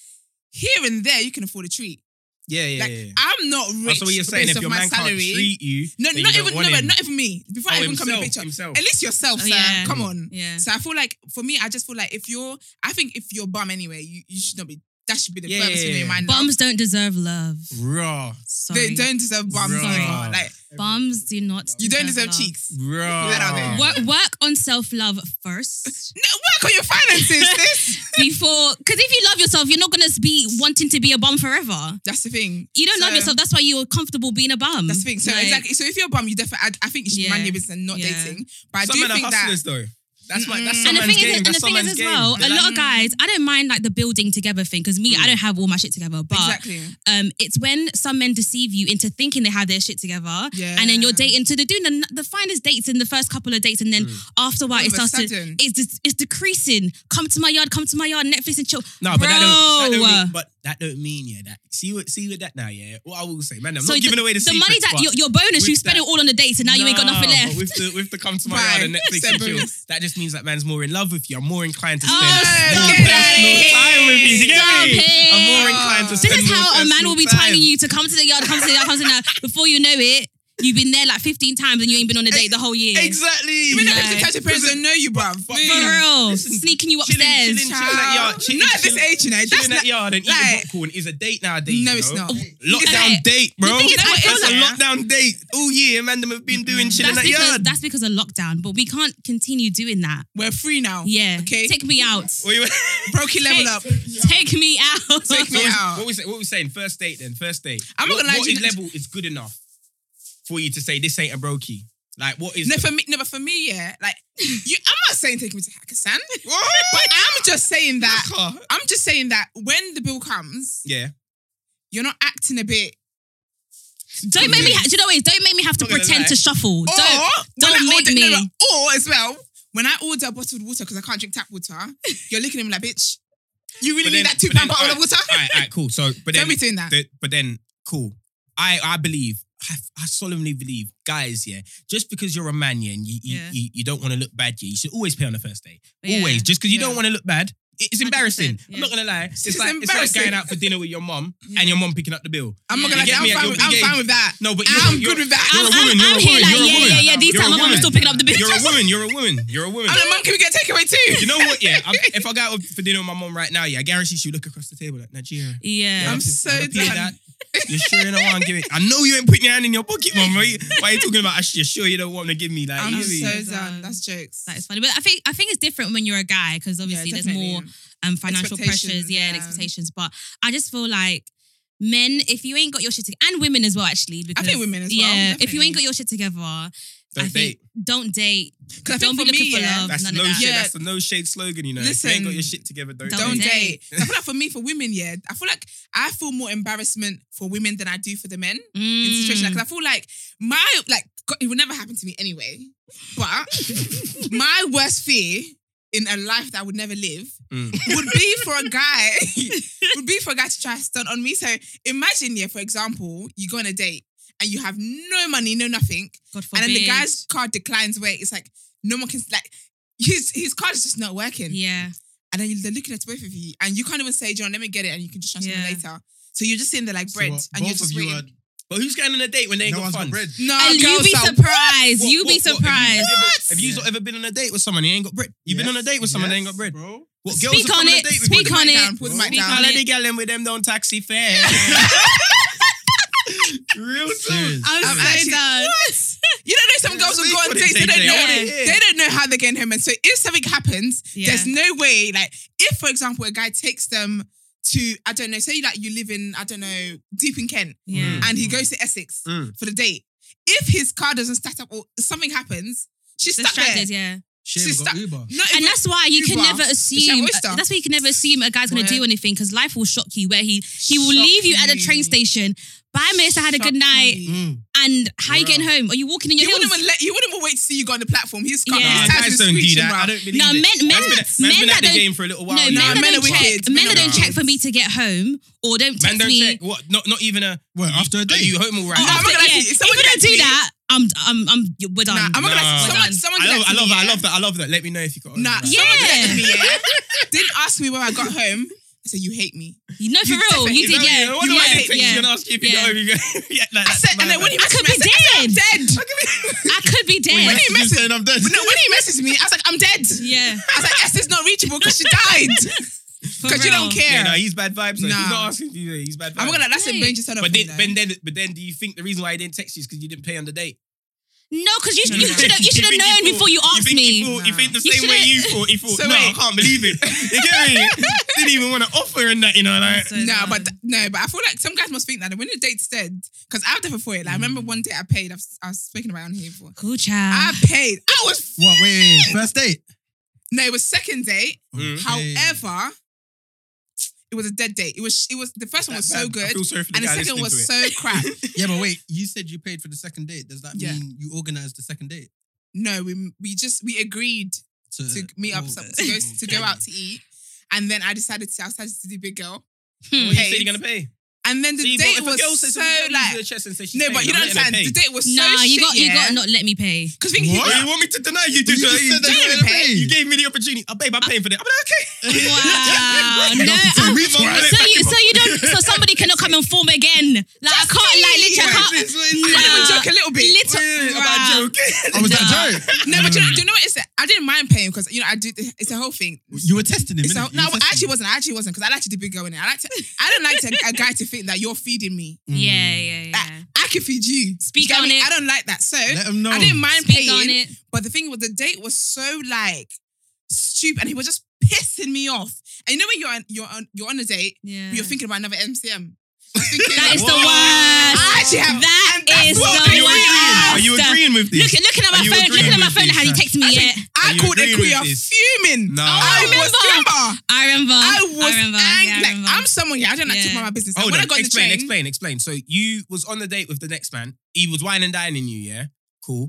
S2: here and there you can afford a treat.
S4: Yeah, yeah,
S2: Like,
S4: yeah.
S2: I'm not
S4: Oh,
S2: rich.
S4: so what you're
S2: based
S4: saying, if
S2: off
S4: your
S2: my
S4: man
S2: salary.
S4: can't treat you,
S2: no,
S4: then you
S2: not
S4: don't
S2: even, no,
S4: want
S2: no,
S4: him.
S2: not even me. Before I
S4: Oh,
S2: even come in
S4: himself,
S2: the picture,
S4: himself.
S2: at least yourself,
S3: Oh,
S2: sir.
S3: yeah.
S2: Come on.
S3: Yeah.
S2: So I feel like for me, I just feel like if you're, I think if you're bum anyway, you, you should not be. That should be the
S4: Yeah,
S2: furthest
S4: yeah,
S2: thing in your
S4: yeah.
S2: mind. now.
S3: Bums don't deserve love.
S4: Raw,
S3: Sorry.
S2: They don't deserve bums.
S4: Bruh.
S2: anymore. Like
S3: Bums do not.
S2: you don't deserve
S3: love.
S2: cheeks. Put that out there.
S4: raw.
S3: Work, work on self love first.
S2: No, work for your finances, sis.
S3: before because if you love yourself, you're not gonna be wanting to be a bum forever.
S2: That's the thing.
S3: You don't love
S2: So-
S3: yourself. That's why you're comfortely being a bum.
S2: That's the thing. So
S3: Mm, Like,
S2: exactly. So if you're a bum, you definitely. I, I think you should mind
S3: Yeah.
S2: your business and not
S3: Yeah.
S2: dating. But I
S4: Some
S2: do
S4: men are
S2: think that.
S4: hustlers though. That's my that's
S2: Mm.
S4: some
S3: And the
S4: man's
S3: thing is,
S4: game.
S3: and the
S4: That's some
S3: thing is
S4: man's
S3: as
S4: game.
S3: well, a
S4: They're like,
S3: lot of guys. I don't mind like the building together thing because me, I don't have all my shit together. But
S2: Exactly.
S3: um, it's when some men deceive you into thinking they have their shit together,
S2: Yeah. Mm.
S3: and then you're dating. So they're doing the, the finest dates in the first couple of dates, and then after a while
S2: All
S3: it
S2: of a
S3: starts to
S2: sudden.
S3: it's just, it's decreasing. Come to my yard, come to my yard, Netflix and chill.
S4: No, but that don't, that
S3: Bro.
S4: don't mean, but that don't mean yeah that see what see with that now yeah. What I will say, man, I'm not giving away the,
S3: the money
S4: secrets,
S3: that
S4: but
S3: your, your bonus,
S4: with
S3: you spent
S4: that-
S3: it all on the dates, and now you ain't got nothing
S4: Nah,
S3: left.
S4: But with the with the come to my
S2: Right.
S4: yard and Netflix and chill,
S2: Separate.
S4: that just means that man's more in love with you. I'm more inclined to
S3: Oh,
S4: spend
S3: stop
S4: more
S2: it.
S4: personal time with you. You get
S3: Stop
S4: me?
S3: it.
S4: I'm more inclined to
S3: This
S4: spend
S3: is
S4: more
S3: how a man
S4: personal
S3: will be
S4: time.
S3: telling you to come to the yard, come to the yard, come to the yard. Before you know it, you've been there like 15 times and you ain't been on a date the whole year.
S4: Exactly.
S2: Even
S3: Yeah. Mm.
S2: if it's the type of parents don't know you, bruv.
S3: For
S4: but-
S2: Please.
S3: real.
S4: Listen,
S3: Sneaking you
S4: chilling,
S3: upstairs.
S4: chilling,
S2: Child.
S4: chilling at yard, chilling,
S2: Not at this
S4: chilling-
S2: age, you know. That's
S4: Chilling
S2: not,
S4: at yard and
S2: like-
S4: eating popcorn is a date nowadays.
S2: No,
S4: you
S2: it's
S4: know?
S2: not.
S4: Lockdown
S3: Okay.
S4: date, bro.
S3: thing is, I feel
S4: that's a
S3: like-
S4: lockdown date. All year, man, them have been doing chilling
S3: That's
S4: at
S3: because,
S4: yard.
S3: that's because of lockdown, but we can't continue doing that.
S2: We're free now.
S3: Yeah.
S2: Okay.
S3: Take me out.
S4: What you-
S2: Brokey level up.
S3: Take me out.
S2: Take me
S4: So
S2: out.
S4: What we say, what we saying? First date, then first date.
S2: Uh. I'm not
S4: What-
S2: gonna lie
S4: What
S2: to you-
S4: is level is good enough for you to say this ain't a brokey? Like what is?
S2: No,
S4: the-
S2: for me, no, but for me, yeah. Like, you, I'm not saying take me to Hakkasan, but I'm just saying that. I'm just saying that when the bill comes,
S4: yeah.
S2: you're not acting a bit.
S3: Don't make me, ha- do you know what it is? Don't make me have to
S4: Not gonna
S3: pretend
S4: lie. Oh!
S3: to shuffle.
S2: Or
S3: Don't.
S2: when
S3: don't
S2: I
S3: make
S2: order, no,
S3: me.
S2: no, or as well, when I order bottled water because I can't drink tap water, you're looking at me like, bitch. You really
S4: But
S2: need
S4: then-
S2: that two
S4: but
S2: pound
S4: then-
S2: bottle of
S4: alright,
S2: water?
S4: Alright, alright, cool. So, but
S2: Don't
S4: then,
S2: be doing that.
S4: the- but then, cool. I I believe. I, I solemnly believe, guys. Yeah, just because you're a man, yeah, and you you,
S3: Yeah.
S4: you, you don't want to look bad, yeah, you should always pay on the first date.
S3: Yeah.
S4: Always, just because you
S2: Yeah.
S4: don't want to look bad, it's embarrassing.
S3: 100%,
S4: I'm not
S3: yeah.
S4: gonna lie. It's,
S2: It's
S4: like it's like
S2: embarrassing.
S4: going out for dinner with your mom
S3: Yeah.
S4: and your mom picking up the bill.
S2: I'm not gonna
S4: You
S2: lie,
S4: get me?
S2: I'm, fine
S4: You're
S2: with, I'm
S4: engaged.
S2: fine with that.
S4: No, but
S2: I'm
S4: you're-
S2: good with that.
S3: I'm,
S4: you're a woman,
S3: I'm,
S4: you're
S3: I'm
S4: a
S3: here like,
S4: woman, you're a
S3: yeah,
S4: woman.
S3: yeah, yeah. These
S4: You're
S3: time my
S4: a
S3: mum
S4: woman.
S3: still picking up the bitch.
S4: You're a woman. You're a woman. You're a woman.
S2: I'm like, mum, can we get takeaway too?
S4: You know what? Yeah, I'm, if I got up for dinner with my mom right now, yeah, I guarantee she'll look across the table like Nigeria.
S3: Yeah.
S4: Yeah,
S2: I'm
S4: sis,
S2: so
S4: I repeat
S2: done.
S4: that. You're sure you don't want to give it. I know you ain't putting your hand in your pocket, mum. Why you, why you talking about? You're sure you don't want to give me like?
S2: I'm
S4: you see?
S2: so
S3: That's
S2: done.
S3: done.
S2: That's jokes.
S3: That is funny, but I think I think it's different when you're a guy because
S2: Yeah,
S3: obviously there's
S2: definitely.
S3: more um, financial
S2: Expectations,
S3: pressures, yeah, and
S2: yeah.
S3: expectations. But I just feel like men, if you ain't got your shit together, and women as well, actually, because
S2: women as well,
S3: yeah, if you
S2: definitely.
S3: ain't got your shit together,
S4: Don't
S3: I think don't date,
S2: I think
S3: don't be
S2: for
S3: looking
S2: me,
S3: for
S2: yeah,
S3: love,
S4: That's
S3: none
S4: no
S3: of that.
S4: shade.
S2: Yeah.
S4: That's the no shade slogan, you know. If you ain't got your
S2: Listen,
S4: shit together, don't,
S3: don't
S2: Don't
S4: date.
S2: date. I feel like for me, for women, yeah, I feel like I feel more embarrassment for women than I do for the men in
S3: Mm.
S2: this situation. Because I feel like my like God, it would never happen to me anyway. But my worst fear in a life that I would never live
S4: Mm.
S2: would be for a guy would be for a guy to try to stunt on me. So imagine, yeah, for example, you go on a date and you have no money, no nothing,
S3: Mm, God forbid.
S2: and then the guy's card declines where it's like no one can like his his card is just not working.
S3: yeah,
S2: And then they're looking at both of you, and you can't even say, John, let me get it, and you can just transfer
S3: Yeah.
S2: it later. So you're just sitting there like
S5: So
S2: bread,
S5: what,
S2: and you're
S5: both
S2: just
S5: of you
S2: waiting.
S5: are.
S4: But who's going on a date when they ain't
S5: No
S4: got
S5: one's got
S4: funds?
S5: bread.
S2: no,
S3: and you
S2: Oh, girls
S3: be
S2: are-
S3: surprised.
S4: What-
S3: You
S4: what-
S3: be
S4: what- have you-
S3: surprised.
S4: Have you, not ever been on a date with someone and you ain't got bread? You've been on a date with someone and ain't got bread.
S5: bro.
S4: What,
S3: Speak
S4: girls are
S3: on
S4: coming
S3: it,
S4: date with
S3: speak
S2: Put the
S4: you?
S3: on
S2: mic
S3: it.
S2: down, Put the mic
S3: Speak
S2: down.
S3: on
S4: Let
S3: it.
S4: the girl in with them don't taxi fare. Real soon.
S5: Serious.
S2: I'm
S3: I'm so
S2: actually-
S3: done.
S2: You don't know some girls will go on
S4: Speak
S2: dates.
S4: on
S2: They don't
S4: it, JJ.
S2: know.
S4: I wanna hear.
S2: They don't know how they're getting home. And so if something happens,
S3: Yeah.
S2: there's no way. Like if, for example, a guy takes them to I don't know. Say like you live in I don't know deep in Kent,
S3: Yeah.
S2: and he goes to Essex
S4: Mm.
S2: for the date. If his car doesn't start up or something happens, she's stuck there.
S3: Distracted, yeah.
S5: Shit,
S2: She's
S5: we got
S2: stuck-
S5: Uber.
S2: No,
S3: and
S2: if-
S3: that's why you can
S2: Uber,
S3: never assume. uh,
S2: oyster.
S3: That's why you can never assume a guy's going
S2: Where-
S3: to do anything because life will shock you. Where he he will
S2: Shock
S3: leave you at a
S2: you.
S3: train station. Bye, miss. I had a
S2: Shock
S3: good night.
S2: me.
S4: Mm.
S3: And how you
S5: Bruh.
S3: getting home? Are you walking in
S2: He
S3: your
S2: wouldn't
S3: heels?
S2: even let. He wouldn't even wait to see you go on the platform. He's cut.
S3: Yeah.
S4: Nah,
S2: His
S3: Guys
S4: guys don't do that. I don't believe
S3: No,
S4: it.
S3: men men
S4: Man's been,
S3: that-
S4: man's
S3: men
S4: been at
S3: that
S4: the
S3: don't.
S4: game for a little
S3: No,
S4: while.
S3: men
S4: now.
S2: Nah,
S3: that
S2: men
S3: don't
S2: are
S3: check.
S2: wicked.
S3: Men
S2: Men
S3: that
S2: are
S3: don't check
S2: wicked.
S3: for me to get home or don't text
S4: Man don't
S3: me. Oh,
S4: check. What? Not not even a.
S5: Well, after a
S4: Are
S5: date.
S4: you home all right?
S3: Or
S2: Nah, I'm
S3: after-
S2: not gonna
S3: yeah,
S2: lie to you.
S3: if
S2: Someone
S3: you don't
S2: gets me-
S3: do that, I'm I'm I'm we're done.
S2: Nah, I'm not gonna
S4: Nah.
S2: lie. Someone, someone
S4: I love,
S2: gets
S4: I
S2: me,
S4: love that. I
S2: yeah.
S4: love that. I love that. Let me know if you got. home
S2: Nah,
S4: all right.
S2: someone
S3: Yeah.
S2: left me. Yeah, didn't ask me when I got home. I said, "You hate me."
S3: you know for
S2: You
S3: real.
S2: definitely
S3: You did,
S2: don't,
S3: yeah.
S4: What do I
S3: yeah,
S4: say? She's
S3: yeah.
S4: gonna ask you if you
S3: Yeah.
S4: got home. You go. Yeah, like,
S2: I
S4: that's
S2: said, and
S4: mad,
S2: then when he
S4: man.
S3: I
S2: messaged
S3: could
S2: me, I
S3: be
S2: said, I said, "I'm dead."
S3: I could be
S2: When
S3: dead.
S2: he
S5: You
S2: messaged,
S5: saying I'm dead?
S2: no, when he messaged me, I was like, "I'm dead."
S3: Yeah,
S2: I was like, "Esther's not reachable because she died
S3: for
S2: because you
S3: real.
S2: don't
S4: Yeah,
S2: care."
S4: no, he's bad vibes. though. He's
S2: Nah.
S4: not asking you. yeah, He's bad vibes.
S2: I'm not gonna. lie, That's a
S3: Right.
S2: major turn off.
S4: But
S2: for me,
S4: then,
S2: though.
S4: but then, but then, do you think the reason why he didn't text you is because you didn't pay on the date?
S3: No, because you,
S4: No, no,
S3: you
S4: no.
S3: should have you
S4: You
S3: should have
S4: think
S3: known
S4: you
S3: before you
S4: you
S3: asked
S4: think
S3: me.
S4: He thought, you
S1: Nah.
S4: think the
S3: You
S4: same way you
S3: should've-
S4: thought. He thought,
S2: So
S4: no, I
S2: wait.
S4: can't believe it. You get me? Didn't even want to offer in that, you know, like.
S1: So
S2: No,
S1: dumb.
S2: but th- no, but I feel like some guys must think that when the date's dead, because I've done it before it. Like, I remember one day I paid. I've, I was speaking about it on here before.
S3: Cool child.
S2: I paid. I was
S5: What? Wait, wait, wait. First date.
S2: no, it was second date.
S4: Mm.
S5: Okay.
S2: However, it was a dead date. It was it was the first one was so
S4: I
S2: good,
S4: feel sorry for the
S2: and the
S4: guy
S2: second
S4: listening to
S2: was
S4: it.
S2: so crap.
S5: Yeah, but wait. You said you paid for the second date. Does that
S2: Yeah.
S5: mean you organized the second date?
S2: No, we we just we agreed to meet up
S5: oh,
S2: some, to go to go out to eat, and then I decided to I decided to do big girl,
S3: Hmm.
S4: Well, you said
S2: paid.
S4: you're gonna pay.
S2: and then the
S4: See, but
S2: date
S4: if a
S2: was
S4: girl says
S2: so
S4: something, you
S2: like
S4: do the chest and say she's
S2: no, but
S4: paying,
S2: you
S4: I'm
S2: don't
S4: letting her
S2: understand.
S4: pay.
S2: The date was so
S3: Nah, you
S2: shit,
S3: got you
S2: yeah.
S3: got not let me pay.
S2: Because we
S5: What?
S4: Well, you want me to deny you? Did
S5: You just said that
S2: you
S4: you,
S2: didn't pay.
S4: you gave me the opportunity. I babe, I'm paying for that. I'm like, okay.
S3: Wow. no.
S5: So
S3: I-
S5: reach
S4: Oh,
S5: for it.
S3: so you so you don't so somebody cannot come and form again. Like I can't like literally I
S5: What
S3: can't
S5: is this? What is
S2: I
S5: this?
S2: didn't
S3: Nah.
S2: joke a little bit.
S3: Little-
S4: Yeah, I'm not joking.
S5: Oh, was that a joke?
S2: No, but you know, do you know what it's? I didn't mind paying because you know I do. It's a whole thing.
S5: You were testing him.
S2: It's a,
S5: innit? You
S2: no,
S5: were
S2: I
S5: testing
S2: actually
S5: him.
S2: wasn't. I actually wasn't because I like to do big girl in it. I like to. I don't like to, a guy to think that you're feeding me.
S4: Mm.
S3: Yeah, yeah, yeah.
S2: I can feed you.
S3: Speak
S2: Do you get
S3: on
S2: me?
S3: it.
S2: I don't like that. So
S5: Let him know.
S2: I didn't mind
S3: Speak
S2: paying.
S3: on it.
S2: But the thing was, the date was so like stupid, and he was just pissing me off. And you know when you're on, you're on, you're on a date,
S3: Yeah.
S2: but you're thinking about another MCM. You're thinking,
S3: Mm. That is the
S4: Whoa.
S3: worst.
S2: I actually have-
S3: That
S2: and that's
S3: is
S2: what
S3: the
S2: we
S3: worst.
S4: Are you agreeing? Are you agreeing with this?
S3: Look, looking at
S4: Are
S3: my
S4: you
S3: phone, looking at
S4: agreeing
S3: my
S4: with
S3: phone,
S4: this,
S3: had he
S4: Ash?
S3: texted me yet?
S2: I
S4: Are you
S2: called a
S4: agreeing with
S2: queer
S4: this?
S2: fuming.
S4: No.
S3: Oh, I
S2: I, was
S3: remember.
S2: remember.
S3: I remember.
S2: I was
S3: remember.
S2: angry.
S3: Yeah, I
S2: like,
S3: remember.
S2: I'm someone. Yeah, I don't like to
S3: Yeah.
S2: talk about my business. Like,
S4: Hold
S2: when
S4: on.
S2: I got on the
S4: explain,
S2: train,
S4: explain, explain. So you was on the date with the next man. He was wine and dining you, yeah? Cool.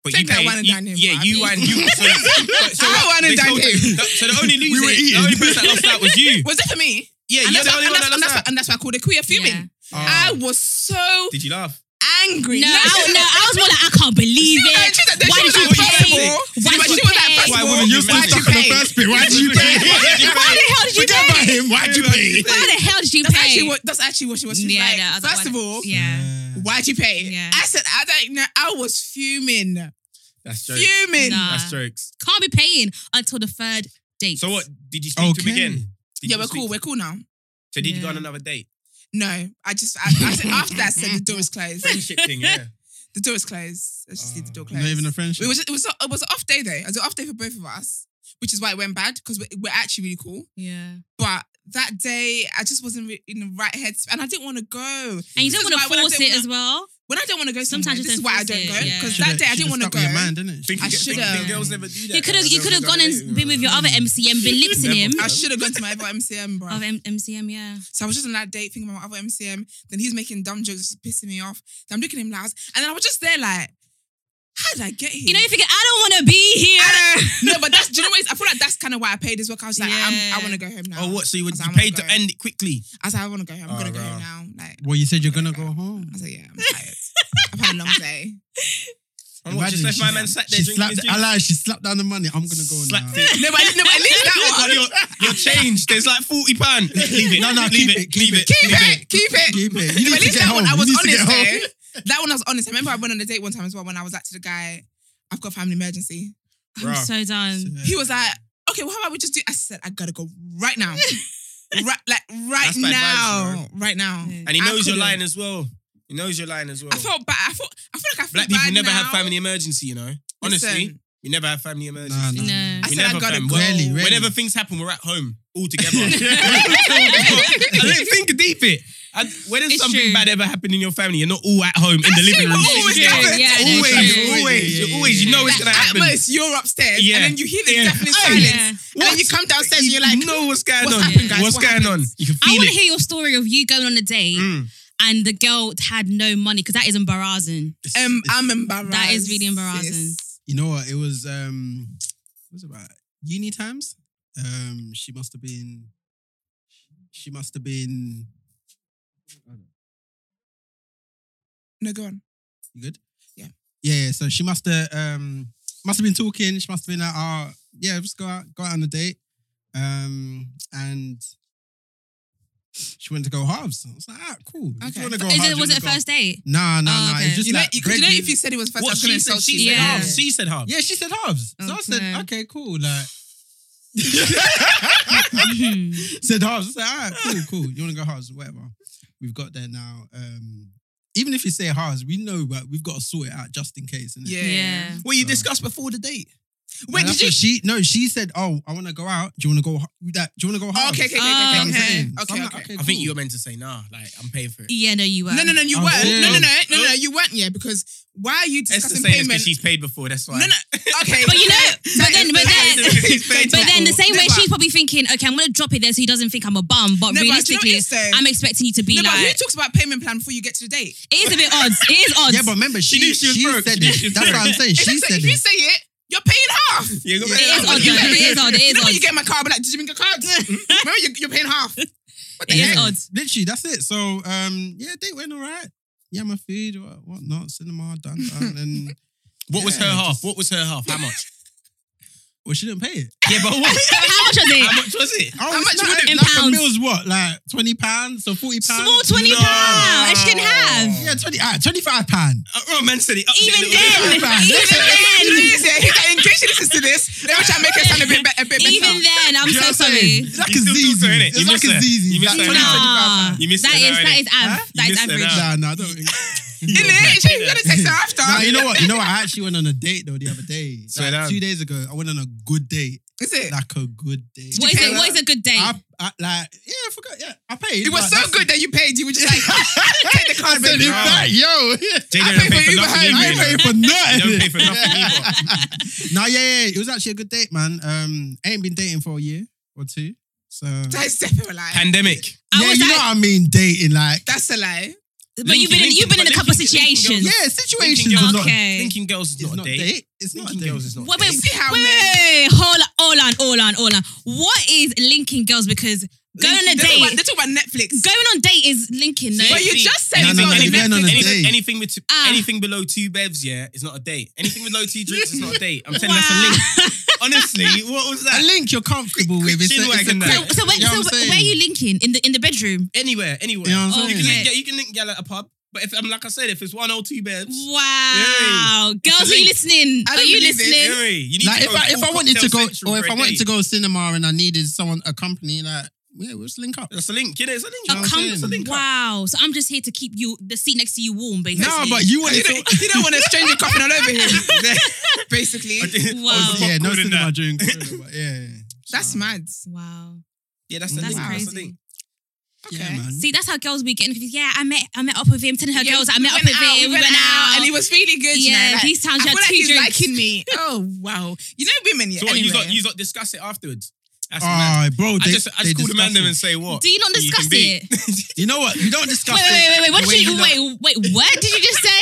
S4: But
S2: Think I
S4: paid-
S2: wine and
S4: you-
S2: dine him,
S4: Yeah,
S2: but I
S4: you
S2: paid.
S4: wine you. So, but-
S2: I
S4: so what-
S2: wine and
S4: they
S2: dined
S4: told
S2: him.
S4: you- that- So the only
S5: We were
S4: loser, the
S5: eating.
S4: only person that lost out was you.
S2: was that for me?
S4: Yeah,
S2: and, that's
S4: you're the
S2: what,
S4: only
S2: and,
S4: one
S2: that's, and,
S4: that lost
S2: that's
S4: out.
S2: what, and that's why I called it queer fuming.
S3: Yeah.
S2: I was so
S4: Did you laugh?
S2: angry.
S3: No, I, no, I was more like, I can't believe
S2: She was like,
S3: it.
S2: she was like,
S3: Why
S2: she
S3: did
S2: was
S3: you
S2: like,
S4: pay?
S2: possible.
S3: Why
S2: But
S3: did
S2: she
S3: you
S2: was like,
S3: pay?
S2: possible.
S4: Why women,
S5: You're
S4: you
S5: still
S4: Why'd
S5: stuck on the
S2: pay?
S5: first bit. Why did you pay?
S4: Why'd you
S3: Why the hell did you
S5: Forget
S3: pay?
S5: about him. Why'd you pay?
S3: Why the hell did you
S2: That's
S3: pay?
S2: actually what. That's actually what she was. She was like,
S3: no, I don't
S2: first of
S3: want-
S2: all,
S3: yeah.
S2: why'd you pay?
S3: Yeah.
S2: I said, I don't know. I was fuming,
S4: That's jokes.
S2: fuming.
S3: Nah.
S4: That's jokes.
S3: Can't be paying until the third date.
S4: So what? Did you speak to
S5: Okay.
S4: him again? Did
S2: Yeah,
S4: you
S2: we're
S4: speak
S2: cool.
S4: to-
S2: We're cool now.
S4: So did you go on
S3: Yeah.
S4: another date?
S2: No, I just. I, I said after that, I said the door is closed.
S4: Friendship thing, yeah.
S2: The door is closed. Let's just leave the door closed.
S5: Ah. Uh, Not even a friendship.
S2: It was it was it was an off day though. It was an off day for both of us, which is why it went bad because we're, we're actually really cool.
S3: Yeah.
S2: But that day, I just wasn't re- in the right headspace, and I didn't want to go.
S3: And you
S2: This
S3: don't
S2: is
S3: want to
S2: why when I
S3: force
S2: don't
S3: it
S2: wanna-
S3: as well.
S2: When I don't want to go,
S3: Sometimes
S2: sometimes
S3: you
S2: this is
S3: don't
S2: why I
S3: force
S2: don't
S3: it,
S2: go
S3: yeah.
S2: because
S3: Shoulda-
S2: that day I didn't want to go.
S5: Your man, didn't it?
S4: Think-
S2: I
S4: think-
S2: should've.
S4: think Girls never do that.
S3: You could have
S4: Girls
S3: you
S4: never
S3: could have
S4: go
S3: gone
S4: on a
S3: and
S4: date
S3: been with your other MCM, been lipsing him.
S2: I should have gone to my other MCM, bro.
S3: Of M- MCM, yeah.
S2: So I was just on that date thinking about my other MCM. Then he's making dumb jokes, just pissing me off. Then I'm looking at him like, I was- and then I was just there like, how did I get here?
S3: You know, you think I don't want to be here.
S2: I don't- no, but that's do you know what? it is? I feel like that's kind of why I paid as well. 'cause I was like, I'm,
S3: Yeah.
S2: I want to go home now.
S4: Oh, what? So you, would,
S2: As
S4: you
S2: I'm
S4: paid to
S2: going.
S4: end it quickly?
S2: I was like, I want to go home. I'm
S4: Oh,
S2: gonna go
S4: right.
S2: home now. Like,
S5: Well, you said you're gonna go home.
S2: I was like, yeah, I'm tired. I've had a long day.
S4: And what, just left
S5: Imagine
S4: my
S5: she-
S4: man sat there
S5: She
S4: drinking
S5: slapped.
S4: his
S5: I
S4: juice?
S5: lied. She slapped down the money. I'm gonna go now.
S4: Slapped it.
S2: No, but, no, but at least that
S4: Got
S2: one.
S4: your, your change. There's like 40 pound. Leave it.
S5: No, no,
S4: leave
S5: keep it,
S4: it.
S5: keep
S4: Leave
S5: it.
S4: it.
S2: Keep
S4: leave
S2: it, keep it.
S5: Keep it. You
S2: But at
S5: need to
S2: least that
S5: get home.
S2: one I
S5: You
S2: was
S5: need to get
S2: honest
S5: home.
S4: eh?
S2: though. That one I was honest. I remember I went on a date one time as well when I was like to the guy, I've got a family emergency.
S3: I'm
S4: Bruh.
S3: so done.
S2: He was like, okay, well, how about we just do? I said, I gotta go right now, right, like right
S4: That's bad vibes,
S2: now, right now.
S3: Yeah.
S4: And he
S2: I
S4: knows you're
S2: couldn't.
S4: lying as well. He knows you're lying as well.
S2: I felt bad. I felt, I feel like I felt
S4: Black
S2: bad
S4: people never
S2: now.
S4: have family emergency, you know.
S2: Listen,
S4: Honestly, we never have family emergency.
S5: Nah,
S3: No.
S5: nah.
S2: I
S4: We
S2: said I
S4: never
S2: gotta
S4: fam-
S2: go.
S5: Really, really?
S4: Whenever things happen, we're at home all together. I didn't think deep it. I, when does
S3: It's
S4: something
S3: true.
S4: bad ever happen in your family, you're not all at home in the living
S2: true,
S4: room.
S2: we're always
S4: yeah.
S2: gathered.
S3: Yeah, no, true.
S4: always, always,
S5: Yeah, yeah,
S4: you're always. You know it's
S2: Like,
S4: gonna
S2: at
S4: happen.
S2: most, you're upstairs,
S4: Yeah.
S2: and then you hear this
S4: Yeah.
S2: deafening
S4: Oh,
S2: silence,
S3: yeah.
S2: and then you come downstairs, and you're like,
S4: you know what's going
S2: what's
S4: on?
S2: happened, guys?
S4: What's
S2: What
S4: going on?
S2: happened?
S4: You can
S3: I
S4: feel
S3: want to
S4: it.
S3: hear your story of you going on a date
S4: Mm.
S3: and the girl had no money because that is embarrassing.
S2: um, I'm embarrassed.
S3: That is really embarrassing.
S2: sis.
S5: You know what? It was um, what was it about uni times? Um, she must have been, she must have been.
S2: No, go on.
S5: You good?
S2: Yeah.
S5: Yeah. yeah, So she must have um, must have been talking. She must have been like, oh, yeah, let's go out, go out on a date. Um, and she went to go halves. I was like, ah, cool. If
S2: Okay.
S5: you want to go
S3: Is
S5: halves?
S3: it, was it a first date?
S5: Nah, nah,
S3: Oh,
S5: nah.
S3: okay.
S5: It's just
S2: You know,
S5: like
S2: you, 'cause you know,
S5: Greg,
S2: if you said it was first, I
S4: What
S2: was gonna
S4: she said,
S2: insult you. Oh,
S4: she said
S3: Yeah.
S4: half. She said half.
S5: yeah, she said halves. So I
S3: Okay.
S5: said, okay, cool. Like,
S3: Mhm.
S5: "Ah, said halves. I said, all right, cool, cool. You want to go halves, whatever. We've got there now. Um, even if you say halves, we know, but we've got to sort it out just in case. Innit?
S2: Yeah.
S3: Yeah.
S4: Well, you
S5: So-
S4: discussed before the date.
S5: No,
S2: Wait,
S5: that's
S2: did you?
S5: what she no? She said, "Oh, I want to go out. Do you want to go? h- That do you want to go
S2: Oh,
S5: halves?"
S2: okay, okay, okay,
S3: Oh,
S2: okay,
S5: You know what
S2: okay.
S5: I'm saying? So
S2: okay,
S5: I'm like,
S2: okay.
S5: okay,
S4: I think
S5: cool.
S4: you were meant to say, nah, like, I'm paying for it.
S3: Yeah, no, you were.
S2: No, no, no, you
S5: Oh,
S2: weren't. No,
S5: yeah.
S2: no, no, no, no, you weren't. Yeah, because why are you
S4: Esther's
S2: discussing
S4: saying this
S2: payment?
S4: because she's paid before, that's why.
S2: No, no. Okay,
S3: But you know, but then, but then,
S4: She's paid
S3: but then the same way
S2: Never.
S3: she's probably thinking, okay, I'm gonna drop it there so he doesn't think I'm a bum. But
S2: No, but do you know what
S3: realistically,
S2: it is though?
S3: I'm expecting you to be
S2: no, but who
S3: like,
S2: talks about payment plan before you get to the date?
S3: it is a bit odds. It is odds.
S5: Yeah, but remember, she
S4: knew
S5: she,
S4: she was broke.
S5: said
S4: She knew she was
S5: it. That's what I'm
S4: broke.
S5: saying. She
S2: if,
S5: said
S2: if you
S5: it.
S2: say it, you're paying half.
S4: Yeah, go
S5: Yeah.
S4: back.
S3: it is
S2: but
S3: odds.
S2: you
S3: though.
S2: better-
S3: It is odd. It
S2: you
S3: is
S2: know when
S3: odds.
S2: you get in my car, but like, did you bring a card? Remember, you're, you're paying half. What the
S3: It is
S2: heck?
S3: odds.
S5: Literally, that's it. So, um, yeah, they went all right. Yeah, my food, what, whatnot, cinema, done, done, and
S4: What was her
S5: Yeah,
S4: half?
S5: just-
S4: What was her half? How much?
S5: well, she didn't pay it.
S4: yeah, but what?
S3: So how much was
S4: How
S3: it?
S4: much was it?
S5: Oh,
S2: How
S5: it's
S2: much
S5: not-
S2: would it
S5: like,
S3: in
S5: like, a
S3: pounds?
S5: Meals what like twenty pounds or forty pounds?
S3: Small twenty pound. And she didn't have.
S5: Yeah, twenty. Ah, twenty-five pound.
S4: Uh, oh, man said it. Up
S3: Even
S4: there,
S3: then,
S4: little-
S3: even
S2: Do you know
S3: then,
S2: what it is, yeah? He's like, In case she listens to this, let me try and make her sound a bit, be- a bit better.
S3: even then, I'm
S5: You know what
S3: so
S5: I'm
S3: sorry.
S5: saying? It's like a
S4: You still do so,
S5: Zeezy.
S4: innit?
S5: It's
S4: You missed
S5: like
S4: it.
S5: a Zeezy.
S4: You
S5: It's
S4: missed it.
S5: like 20,
S3: Nah.
S5: 25.
S4: You missed
S3: That is
S4: it
S3: that
S4: already.
S3: is av.
S5: Huh?
S3: That
S4: You
S3: is
S4: missed it
S3: average.
S4: now.
S5: Nah, nah, I don't.
S2: In it, she's gonna text her after.
S5: Nah, you know what? You know what? I actually went on a date though the other day.
S4: Say
S5: Like,
S4: that.
S5: two days ago, I went on a good date.
S2: Is it?
S5: Like a good date.
S3: What is
S2: pay
S3: it? What is a good date?
S5: I, I, like, yeah, I forgot. Yeah, I paid.
S2: It was
S5: like,
S2: so
S5: that's-
S2: good that you paid. You were just like, "Ah, take the
S5: I
S2: card.
S5: said,
S2: baby.
S5: in fact, yo,
S4: Jay
S2: I
S4: don't
S2: pay
S4: pay
S2: for
S4: for
S2: Uber
S4: nothing
S2: Hire.
S5: I ain't
S4: either.
S5: paid for
S4: You
S5: nothing.
S4: don't pay for nothing either.
S5: no, yeah, yeah, it was actually a good date, man. Um, I ain't been dating for a year or two, so
S2: That's definitely a lie.
S4: Pandemic.
S3: I
S5: yeah,
S3: was
S5: you know
S3: like-
S5: what I mean, dating like.
S2: That's a lie.
S3: but you've been in,
S4: Linking-
S3: you've been in a
S4: linking-
S3: couple
S4: linking- linking
S3: situations.
S5: Yeah,
S4: girls-
S5: situations
S4: girls-
S5: are not.
S3: Okay.
S4: Thinking girls is
S5: It's
S4: not a date.
S5: It's not a
S4: Linking
S5: date.
S4: girls is not a
S3: Wait,
S4: date.
S3: wait,
S2: See how
S3: wait,
S2: men-
S3: wait, hold on, hold on, hold on, hold on. What is linking girls? Because going on a
S2: They talk about-
S3: date,
S2: They talk about Netflix.
S3: going on date is linking. No,
S4: See,
S2: But you
S4: see,
S2: just said
S5: No,
S2: it's
S5: no,
S2: not
S5: no,
S2: on
S5: you went on a
S2: Netflix.
S5: date.
S4: Anything, anything, with two,
S3: Ah.
S4: anything below two bevs, yeah, is not a date. Anything below two drinks is not a date. I'm telling that's a
S3: Wow.
S4: link. Honestly, what was
S5: A
S4: that?
S5: link you're comfortable
S4: Quick-
S5: with. It's
S4: chin
S5: a, it's a
S4: wagging
S5: quick-
S4: there.
S3: So, so, when,
S5: You know what
S3: so
S5: I'm saying?
S3: where are you linking in the in the bedroom?
S4: Anywhere, anywhere.
S5: You know what I'm
S4: you,
S5: saying?
S4: can link,
S3: Okay.
S4: yeah, you can link gal at a pub, but if I'm like I said, if it's one or two bevs,
S3: Wow, girls, are you
S4: link.
S3: listening?
S2: I
S3: Are
S2: don't
S3: you
S2: believe it.
S3: listening?
S4: Anyway, you need
S5: Like
S4: to
S5: if
S4: go
S5: I if
S4: full
S5: I wanted to go
S4: cocktail central
S5: or if
S4: for a
S5: I wanted
S4: date.
S5: to go cinema and I needed someone a company like yeah, we'll just link up.
S4: that's a link. Yeah, it's a link.
S5: You know
S3: A
S5: what I'm
S3: cum-
S5: saying?
S4: It's a link.
S3: wow, so I'm just here to keep you the seat next to you warm, basically.
S5: No, but you
S2: You
S5: wanted to.
S2: don't, you don't want a stranger coughing all over him, basically.
S3: Wow.
S5: yeah,
S4: Popcorn
S5: no
S4: and
S5: cinema
S4: that.
S5: during Corona, but yeah, yeah.
S2: That's mad.
S3: wow,
S4: Yeah, that's the
S3: that's
S4: link. That's the
S3: crazy.
S4: link.
S2: Okay.
S5: Yeah, man.
S3: See, that's how girls be getting confused. Yeah, I met I met up with him, telling her
S2: Yeah,
S3: girls I
S2: we
S3: met up
S2: went
S3: with him. We went out,
S2: and he was really good. you
S3: yeah,
S2: know, like,
S3: these times
S2: I
S3: you
S2: feel
S3: had
S2: like
S3: two
S2: he's
S3: drinks.
S2: liking me. Oh wow! You know women, yeah.
S4: So what, you
S2: anyway.
S4: lot, you lot discuss it afterwards. That's mad.
S5: Oh, bro,
S4: I
S5: they,
S4: just, I just
S5: they
S4: call the man
S5: discuss
S4: them
S5: it.
S4: and say what?
S3: Do you not
S4: You can
S3: discuss
S4: be-
S3: it?
S5: You know what? You don't discuss.
S3: Wait, wait, wait, wait. What
S5: the
S3: did
S5: way
S3: you,
S5: you
S3: wait, wait? What did you just say?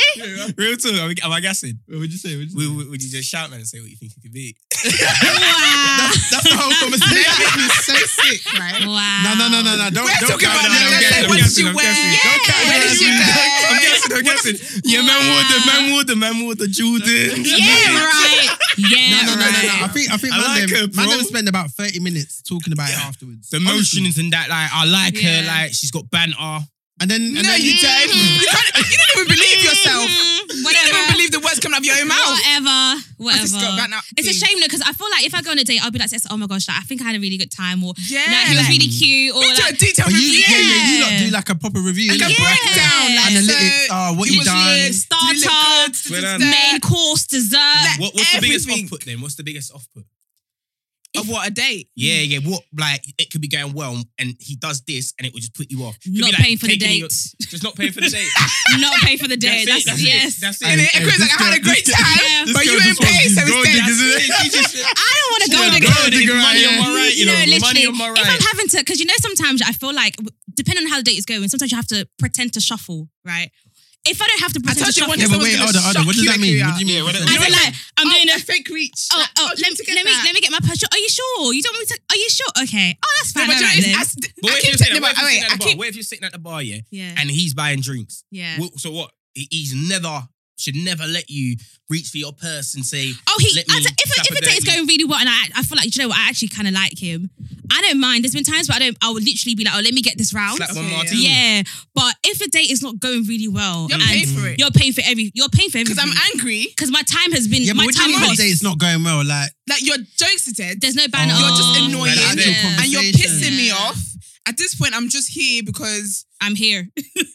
S4: Real talk. Am I- am I gassing?
S5: What would you say? What'd you say?
S4: Would, would- would you just shout man and say what you think it could be?
S3: wow.
S5: That's the whole
S2: That
S5: conversation.
S2: makes me so sick, right?
S3: wow.
S5: No, no, no, no, no. Don't,
S2: We're
S5: don't
S2: talking about
S5: count it.
S4: that.
S5: Don't
S4: Let's
S5: count
S4: say
S5: it.
S4: what
S5: Don't
S4: did you
S5: count
S2: wear?
S5: it. Don't count it.
S2: Where did you
S5: Don't count it.
S2: go?
S4: I'm guessing, I'm guessing. Yeah, man wore the man wore the man wore the Jordan.
S3: Yeah, right. Yeah,
S5: No, no, no,
S3: right.
S5: no, no. I think, I think,
S4: I
S5: man,
S4: like
S5: them,
S4: her,
S5: man,
S4: bro.
S5: them spend about thirty minutes talking about it afterwards.
S4: The
S5: Honestly.
S4: motions and that, like I like her,
S3: Yeah.
S4: like she's got banter.
S5: and then, and
S2: No,
S5: then
S3: Mm.
S2: you don't. You, can't, you don't even believe yourself.
S3: Mhm.
S2: You don't even
S3: Whatever.
S2: believe the words coming out of your own mouth.
S3: Whatever,
S2: I just got
S3: whatever.
S2: back now.
S3: It's a shame though, because I feel like if I go on a date, I'll be like, "Oh my gosh, like, I think I had a really good time," or
S2: Yeah,
S3: like, "He was really cute," or
S2: Go to a
S3: like,
S2: detailed
S5: But you,
S2: review.
S5: yeah, yeah, you
S3: Yeah.
S5: lot do like a proper review.
S2: Like a
S5: innit?
S2: breakdown, like
S5: analytics.
S2: so
S5: uh, what
S2: you
S5: you
S2: was
S5: done?
S2: lit,
S3: Starter,
S2: did it look good? Did
S4: Well
S2: it
S4: done.
S2: stay?
S3: main course, dessert.
S2: Like-
S4: What, what's the biggest
S2: Everything.
S4: off put then? What's the biggest off put?
S2: Of what a date.
S4: Yeah, yeah. What like it could be going well, and he does this, and it would just put you off. Could be
S3: not
S4: like
S3: paying for the
S4: taking
S3: date.
S4: your- just not paying for the date.
S3: not paying for the date. That's,
S4: it, that's
S3: yes.
S4: It, that's it.
S5: Hey,
S2: And it, it
S5: hey,
S2: goes
S5: this
S2: like, I had a
S5: girl-
S2: great
S5: this
S2: time,
S3: girl-
S2: but
S5: this
S2: you
S5: girl
S2: ain't
S5: just
S2: paid,
S5: wants
S2: so
S5: these
S2: we
S5: gold
S2: stay.
S5: diggers, innit?
S4: She just-
S3: I don't want to go
S4: Gold
S3: to
S4: digger, it's
S5: digger right
S4: money on
S5: here.
S4: my right, you know, money on my
S3: If I'm
S4: right.
S3: having to, because you know, sometimes I feel like, depending on how the date is going, sometimes you have to pretend to shuffle, right? If I don't have to
S2: I
S3: pretend
S2: told
S3: to
S2: you
S3: shuffle,
S2: one day
S5: Yeah,
S2: someone's
S5: but
S2: gonna
S5: wait, hold on, hold on.
S2: shock
S5: What does
S2: you and
S5: that mean?
S2: figure
S5: What
S2: out.
S5: do you mean?
S4: Yeah,
S3: I
S4: what-
S3: feel like I'm
S2: oh,
S3: doing
S2: a
S3: a.
S2: fake reach.
S3: Oh, oh,
S2: Like, do you
S3: let,
S2: want to get
S3: let me
S2: that?
S3: let me get my purchase. Are you sure? You don't want me to? Are you sure? Okay. Oh, that's
S2: No,
S3: fine.
S2: but
S3: all
S2: you know,
S3: right then.
S2: it's- I st-
S4: But
S2: I keep
S4: what if you're
S2: telling
S4: sitting
S2: him,
S4: at- what if you're
S2: wait,
S4: sitting
S2: I
S4: at the bar?
S2: keep,
S4: What if you're sitting at the bar, yeah,
S3: yeah.
S4: and he's buying drinks?
S3: yeah.
S4: Well, So what? He- He's never should never let you reach for your purse and say,
S3: Oh, he.
S4: Let
S3: I
S4: me
S3: t- if a-
S4: tap
S3: if
S4: a
S3: a date is
S4: dirty.
S3: going really well, and I, I feel like you know what, I actually kind of like him. I don't mind. There's been times where I don't. I would literally be like, oh, let me get this round.
S4: "Slap
S2: Okay,
S4: one
S2: yeah.
S4: martini."
S3: Yeah, but if the date is not going really well,
S2: you're
S3: and
S2: paying for it.
S3: you're paying for every, you're paying for everything.
S2: Because I'm angry.
S3: because my time has been
S5: Yeah, but
S3: my
S5: what do
S3: time
S5: you mean?
S3: cost.
S5: Today it's not going well. Like
S2: Like, your jokes are dead.
S3: There's no banner.
S5: Oh.
S2: You're just
S3: Oh.
S2: annoying.
S4: Right,
S2: And
S4: that's it.
S2: you're pissing me
S3: Yeah.
S2: off. At this point, I'm just here because
S3: I'm here.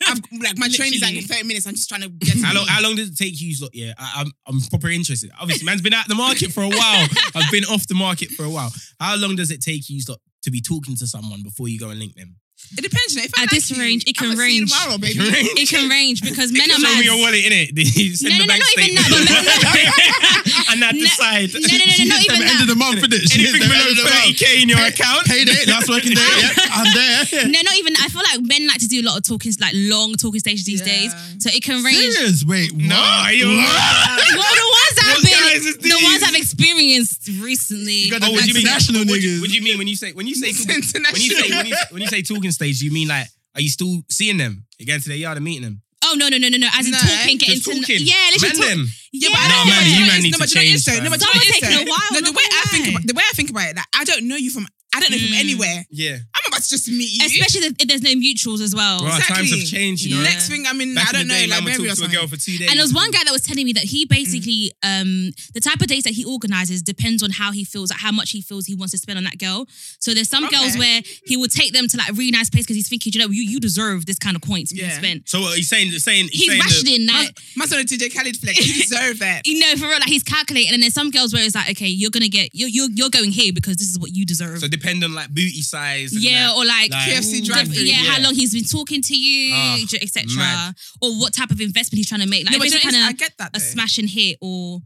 S2: I've like my train is like in
S3: Literally.
S2: 30 minutes. I'm just trying to get.
S4: How
S2: to
S4: long, how long did it take you lot? Yeah, I, I'm I'm proper interested. Obviously, man's been out the market for a while. I've been off the market for a while. How long does it take you lot to be talking to someone before you go and link them?
S2: It depends. You know, if
S3: At
S2: I like
S3: this
S2: you,
S3: range, it
S2: I'ma
S3: can
S2: see you
S3: range.
S2: Tomorrow, baby.
S3: It can range because men are
S4: Show me your
S3: mad.
S4: wallet, innit? Send
S3: No, no, no,
S4: the bank
S3: not even that,
S4: statement.
S3: but-
S4: and I
S3: No,
S4: decide.
S3: no, no, no, no, not even
S5: end
S3: that.
S5: of the month, innit? Shit,
S4: Anything
S5: the end
S4: below
S5: of the month.
S4: 30k in your account?
S5: Payday, last working day. Yeah, I'm there.
S3: No, not even. I feel like men like to do a lot of talking, like long talking stations these
S2: Yeah.
S3: days. So it can range.
S5: Serious? Wait, what?
S4: No, you
S3: Well, the ones that have
S4: What guys is
S3: been, the
S4: these?
S3: ones I've experienced recently.
S5: You got
S4: Oh,
S5: the
S4: what do you mean?
S5: international
S4: What do
S5: niggas.
S4: you- What do you mean when you say when you say talking,
S2: International.
S4: when you say when you, when you say talking stage? You mean like are you still seeing them? You're going to their yard and meeting them.
S3: oh no, no, no, no, no. As in
S2: No,
S3: talking, getting
S4: Just
S3: to
S4: talking.
S3: yeah,
S4: Man
S3: literally talk.
S4: them.
S3: Yeah,
S2: but I
S4: Nah,
S2: don't
S3: no,
S4: man,
S2: know.
S4: you
S2: what
S4: man
S2: it is.
S4: need
S2: No,
S4: to
S2: but you know what it is,
S4: change,
S2: though? No,
S4: fam.
S2: but you know
S3: Some
S2: what
S3: are
S2: it is,
S3: taking a
S2: though?
S3: while,
S2: No, the
S3: not
S2: way I
S3: gonna
S2: think
S3: lie.
S2: about the way I think about it, like I don't know you from I don't know you from
S3: Mm.
S2: anywhere.
S4: Yeah.
S2: I'm about to just meet you.
S3: especially if there's no mutuals as well.
S4: Right,
S2: Exactly.
S4: times have changed, you know.
S3: Yeah.
S2: Next thing, I mean,
S4: Back
S2: I don't
S4: in the
S2: know,
S4: day,
S2: like
S4: man would
S2: maybe or
S4: talk to a
S2: something.
S4: girl for two days.
S3: And there was one guy that was telling me that he basically um the type of dates that he organizes depends on how he feels, like how much he feels he wants to spend on that girl. So there's some
S2: Okay.
S3: girls where he will take them to like really nice place because he's thinking, you know, you you deserve this kind of points being
S2: Yeah.
S3: spent.
S4: So what, he's saying, he's saying,
S3: He's
S4: saying that-
S3: rationing that.
S2: Man's on a DJ Khaled flex. You deserve that.
S3: You know, for real, like he's calculating, and there's some girls where it's like, okay, you're gonna get, you're you're, you're going here because this is what you deserve.
S4: So depend on like booty size. And
S3: yeah,
S4: that.
S3: or like,
S4: Like,
S2: KFC
S3: ooh,
S2: drive-thru,
S3: diff- yeah,
S4: yeah.
S3: how long he's been talking to you,
S4: Ah,
S3: etc.
S4: mad.
S3: Or what type of investment he's trying to make. Like,
S2: no,
S3: if
S2: but
S3: it's
S2: you know what it is? I
S3: kind of
S2: get that.
S3: a
S2: though.
S3: smash and hit or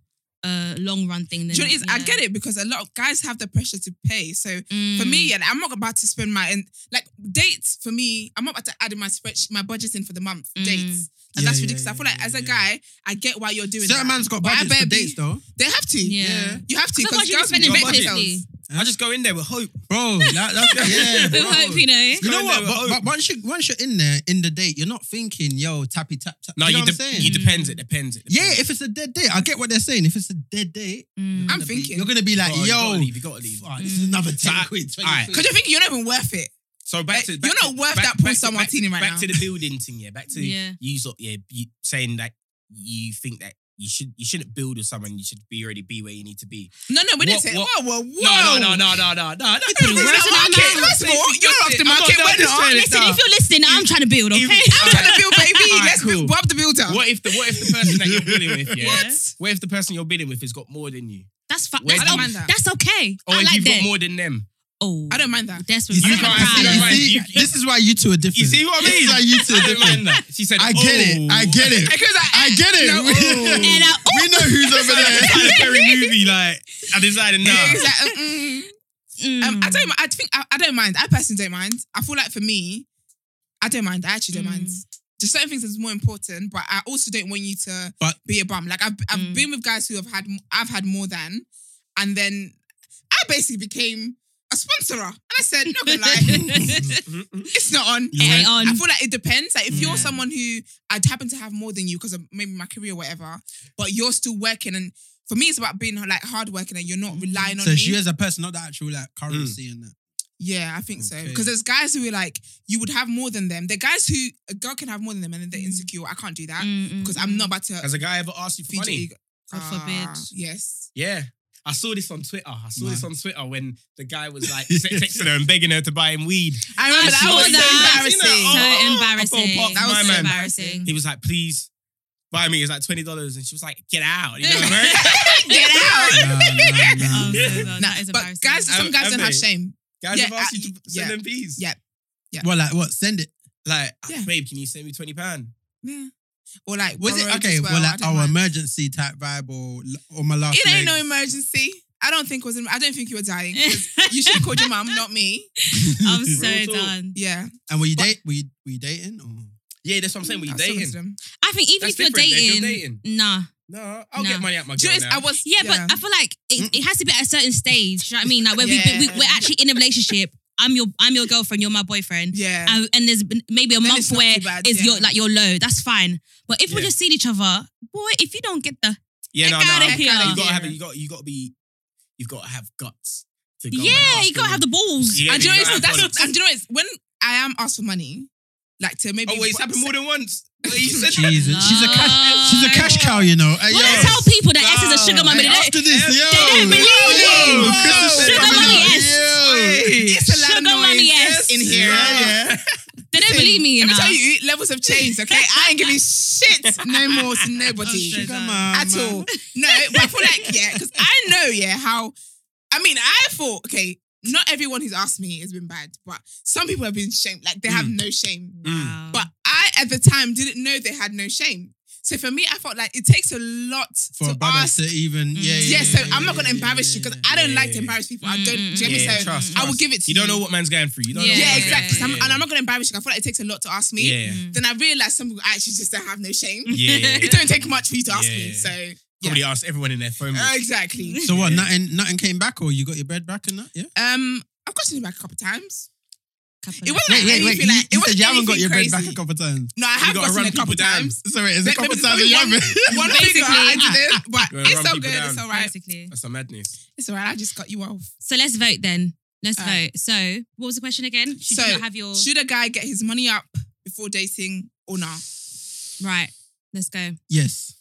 S3: a long run thing. Then
S2: Do you know what it is? I
S3: yeah.
S2: get it because a lot of guys have the pressure to pay. So
S3: Mm.
S2: for me, yeah, like, I'm not about to spend my and like dates for me. I'm not about to add in my spreadsheet, my budget in for the month
S3: Mm.
S2: dates. And
S5: Yeah,
S2: that's
S5: yeah,
S2: ridiculous. I
S5: yeah,
S2: feel like
S5: yeah,
S2: as a
S5: yeah.
S2: guy, I get why you're doing
S5: Certain
S2: that.
S5: man's got
S2: But I
S5: budgets for
S2: better be-
S5: dates, though.
S2: They have to.
S3: yeah.
S5: Yeah.
S2: You have to
S3: Otherwise
S2: because
S3: you're
S2: girls
S3: spending
S2: will do
S3: recklessly.
S2: themselves.
S4: I just go in there with hope.
S5: Bro, that, that's, yeah,
S3: With
S5: bro.
S3: hope, you know.
S5: You know what?
S4: Going there
S5: But,
S4: with
S5: but once you once you're in there in the date, you're not thinking, yo, tappy tap tap.
S4: No,
S5: you,
S4: you,
S5: know what I'm
S4: de-
S5: saying?
S4: you depends. It depends. It depends.
S5: yeah, if it's a dead date, I get what they're saying. If it's a dead date,
S3: Mm.
S2: I'm
S5: gonna be-
S2: thinking.
S5: you're gonna be like,
S4: you gotta
S5: yo,
S4: leave, you gotta leave.
S5: fuck, this is another
S4: So
S5: ten
S4: I-
S5: quid. 20
S4: alright.
S5: quid.
S2: Because you think you're not even worth it.
S4: So back to
S2: You're
S4: back
S2: not
S4: to-
S2: worth
S4: back-
S2: that Paul
S4: back to- back-
S2: Sammartini right
S4: Back
S2: now.
S4: to the building thing. Yeah, back to
S3: Yeah.
S4: you. Sort yeah, you saying that you think that you should you shouldn't build with someone. You should be already be where you need to be.
S2: No, no, we didn't
S4: What-
S2: say. "Oh,
S4: what-
S2: Whoa, whoa, whoa.
S4: No, no, no, no, no, no, no.
S2: You didn't
S3: Where's
S2: really
S3: the
S2: market.
S3: market?
S2: First of all, you're off the market.
S4: I'm not
S2: We're
S4: down
S2: not.
S4: to
S2: Listen,
S3: Listen, if you're listening, I'm trying to build, okay?
S2: I'm trying to build, baby.
S4: Alright,
S2: Let's
S4: cool.
S2: build Bob the builder.
S4: What if the what if the person that you're building with? Yeah.
S3: What?
S4: What if the person you're building with has got more than you,
S3: That's fine.
S4: Wait,
S3: That's,
S4: I don't
S3: o-
S2: mind that.
S3: that's okay.
S4: or
S3: I
S4: if
S3: like
S4: you've
S3: that.
S4: got more than them?
S3: oh,
S2: I don't mind that.
S3: That's
S5: You see,
S4: I don't mind that.
S5: you
S3: what
S5: see,
S4: You- you-
S5: this is why you two are different.
S4: You see Oh. what I
S5: This
S4: mean?
S5: is why you two
S4: I
S5: are
S4: didn't mind
S5: different.
S4: that. She said,
S5: I get it. I get it.
S2: Because I,
S5: I get it.
S2: No.
S5: We-
S3: And I, oh,
S5: we know who's over
S4: It's
S5: there.
S4: like a Perry movie. Like I decided now.
S2: It's like, mm,
S3: mm.
S2: um, I don't. I think I, I don't mind. I personally don't mind. I feel like for me, I don't mind. I actually don't mind.
S3: Mm.
S2: Just certain things is more important, but I also don't want you to
S5: But-
S2: be a bum. Like I've I've
S3: Mm.
S2: been with guys who have had m- I've had more than, and then I basically became a sponsorer, and I said, not gonna lie, it's not on.
S3: It ain't on.
S2: I feel like it depends. Like if you're
S3: Yeah.
S2: someone who I'd happen to have more than you because of maybe my career or whatever, but you're still working and for me it's about being like hardworking and you're not relying on
S5: So
S2: me.
S5: she as a person, not the actual like currency
S4: Mm.
S5: and that.
S2: yeah, I think so.
S5: Okay.
S2: Because there's guys who are like, you would have more than them. The guys who a girl can have more than them and then they're
S3: Mm.
S2: insecure. I can't do that
S3: Mm, mm,
S2: because
S3: mm.
S2: I'm not about to
S4: Has a guy ever asked you for
S2: feed your
S4: money?
S2: ego.
S3: God
S2: Ah,
S3: forbid.
S2: yes.
S4: Yeah. I saw this on Twitter. I saw this
S5: Man.
S4: on Twitter when the guy was like te- texting her and begging her to buy him weed.
S2: I remember that,
S3: saw
S2: was
S3: that.
S2: so
S4: You know,
S2: embarrassing.
S4: oh,
S3: So
S4: oh,
S3: embarrassing.
S4: I felt
S2: That
S4: part
S2: was
S4: of
S2: so
S4: my man.
S2: embarrassing.
S4: He was like, please buy me. It was like twenty dollars, and she was like, get out. You know what I mean?
S2: Get out.
S5: Nah, nah, nah.
S3: Oh, no, no,
S2: Nah,
S3: that is
S2: but
S3: embarrassing.
S2: guys, some
S4: Have-
S2: guys
S4: have
S2: don't have
S4: they?
S2: shame.
S4: Guys
S2: Yeah,
S4: have asked
S2: I-
S4: you to send
S2: yeah.
S4: them fees.
S2: Yeah. Yeah.
S5: Well, like what? Send it.
S4: Like, "Ah,
S2: Yeah.
S4: babe, can you send me twenty pound?
S2: Yeah. Or like,
S5: Was it
S2: borrowed
S5: okay?
S2: as
S5: Well,
S2: Well, I
S5: like
S2: don't
S5: our
S2: mind.
S5: emergency type vibe or or my last.
S2: It ain't no
S5: legs?
S2: emergency. I don't think it was. I don't think you were dying. 'cause you should have called your mum, not me.
S3: I'm so
S4: Real talk.
S3: done.
S2: Yeah,
S5: And were you date? Were you, were you dating? Or?
S4: Yeah, that's what I'm saying. Were you
S2: I was talking to
S4: dating?
S2: them.
S3: I think even
S4: That's
S3: if you're
S4: different, if
S3: dating,
S4: you're
S3: nah.
S4: No, I'll
S3: Nah.
S4: get money out my
S2: Do
S4: girl
S2: you know,
S4: now.
S2: I was.
S3: Yeah, but I feel like it, it has to be at a certain stage. You know what I mean? Like where we, we
S2: Yeah.
S3: we're actually in a relationship. I'm your I'm your girlfriend. You're my boyfriend.
S2: yeah.
S3: And, and there's been maybe a
S2: Then it's
S3: month
S2: not
S3: where
S2: too bad,
S3: is
S2: yeah.
S3: your like your low. That's fine. But if we're
S4: Yeah.
S3: just seeing each other, boy, if you don't get the
S4: Yeah,
S3: Heck
S4: no,
S3: outta
S4: no.
S3: here.
S4: You gotta have
S2: Yeah.
S4: it. You got. You got to be. You've got to have guts to go.
S3: yeah, you gotta have the balls.
S4: Yeah,
S2: and do you know,
S4: you
S2: it's-
S4: gotta follow.
S2: that's, and do you know it's when I am asked for money, like to maybe.
S4: Oh wait, it's happened more than once. Wait, you said that?
S5: Jesus, she's a
S3: Lord.
S5: cash. She's a cash cow, you know. Hey,
S3: When I
S5: yo.
S3: tell people that S is a sugar
S4: Nah.
S3: mummy, they
S5: Hey,
S3: don't-
S5: after this,
S4: they
S5: yo,
S3: don't believe
S5: yo,
S3: you.
S5: Chris is
S3: Sugar
S5: coming
S3: mummy
S5: up.
S3: S.
S5: Yo.
S2: It's a lot
S3: sugar
S2: of noise.
S3: mummy S.
S2: in here.
S4: yeah.
S3: They don't believe me, you
S2: Let
S3: know.
S2: me tell you, levels have changed, okay? I ain't giving shit no more to nobody.
S1: Oh, shit.
S2: at all. No, but I feel like, yeah, because I know, yeah, how I mean, I thought, okay, not everyone who's asked me has been bad, but some people have been shamed. Like they have no shame.
S5: Mm.
S3: Wow.
S2: But I at the time didn't know they had no shame. So for me, I felt like it takes a lot
S5: For a
S2: to
S5: brother
S2: ask.
S5: to even, yeah, yeah.
S2: yeah, so
S5: yeah,
S2: I'm not
S5: yeah,
S2: gonna embarrass you
S5: yeah,
S2: because I don't
S4: yeah,
S2: like
S4: yeah,
S2: to
S4: yeah.
S2: embarrass people. I
S3: Mm,
S2: don't. Do you
S4: Mm-hmm. Yeah,
S2: get me? So
S4: trust,
S2: I will
S4: trust.
S2: give it to
S4: You
S2: you.
S4: don't know what man's going through. You don't
S3: Yeah,
S4: know.
S2: Yeah,
S4: what man's
S2: exactly. So
S4: going
S2: I'm-
S4: through.
S2: and I'm not gonna embarrass you. I feel like it takes a lot to ask me.
S4: Yeah.
S2: Then I realized some people actually just don't have no shame.
S4: Yeah. yeah.
S2: It don't take much for you to ask
S4: Yeah,
S2: me.
S4: yeah. Mm.
S2: So
S4: Probably asked everyone in their phone. book.
S2: Uh, exactly.
S5: So what? Nothing, nothing came back, or you got your bread back and that? Yeah.
S2: Um, I've gotten it back a couple times.
S3: Couple
S2: It
S3: of-
S2: wasn't like anything
S5: You,
S2: like it
S5: you
S2: wasn't
S5: said you haven't got
S2: anything
S5: your
S2: crazy.
S5: bread back a couple
S2: No, I
S5: times.
S4: You
S2: have
S4: gotta
S2: gotten
S4: run
S2: it a couple
S4: people down.
S2: times.
S5: So wait, is it a
S2: Maybe
S5: couple
S2: there's
S5: times
S2: only
S5: you
S2: one,
S5: haven't?
S2: one finger I
S3: Basically.
S2: didn't, but
S4: You gotta
S2: it's
S4: run
S2: all
S4: people
S2: good. It's
S4: down.
S2: all right.
S3: Basically.
S4: That's some madness.
S2: It's all right. I just cut you off.
S3: So let's vote then. Let's
S2: Alright.
S3: vote. So what was the question again? Should
S2: So,
S3: you not have your
S2: Should a guy get his money up before dating or not?
S3: right? Let's go.
S5: Yes.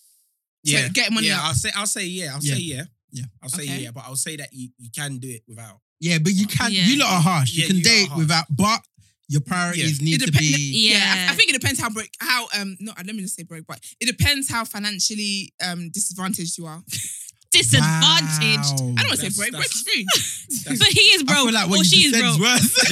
S2: Yeah. So get money
S4: yeah,
S2: up.
S4: I'll say I'll say yeah. I'll
S5: Yeah.
S4: say yeah.
S5: Yeah.
S4: I'll say
S2: Okay.
S4: yeah, but I'll say that you, you can do it without.
S5: Yeah, but you can.
S3: Yeah.
S5: You lot are harsh. You
S4: Yeah,
S5: can
S4: you lot are
S5: date
S4: harsh.
S5: without, but your priorities need
S2: It
S5: to
S2: depend-
S5: be.
S3: Yeah.
S2: I, I think it depends how broke how um no let me just say broke, but it depends how financially um disadvantaged you are.
S3: Disadvantaged.
S5: Wow.
S2: I don't want to
S4: That's-
S2: say broke, broke
S4: that's-
S2: is rude.
S4: That's,
S3: But he is
S5: I
S3: broke.
S5: feel like what
S3: or
S5: you
S3: she
S5: just
S3: is
S5: said
S3: broke.
S5: is worse.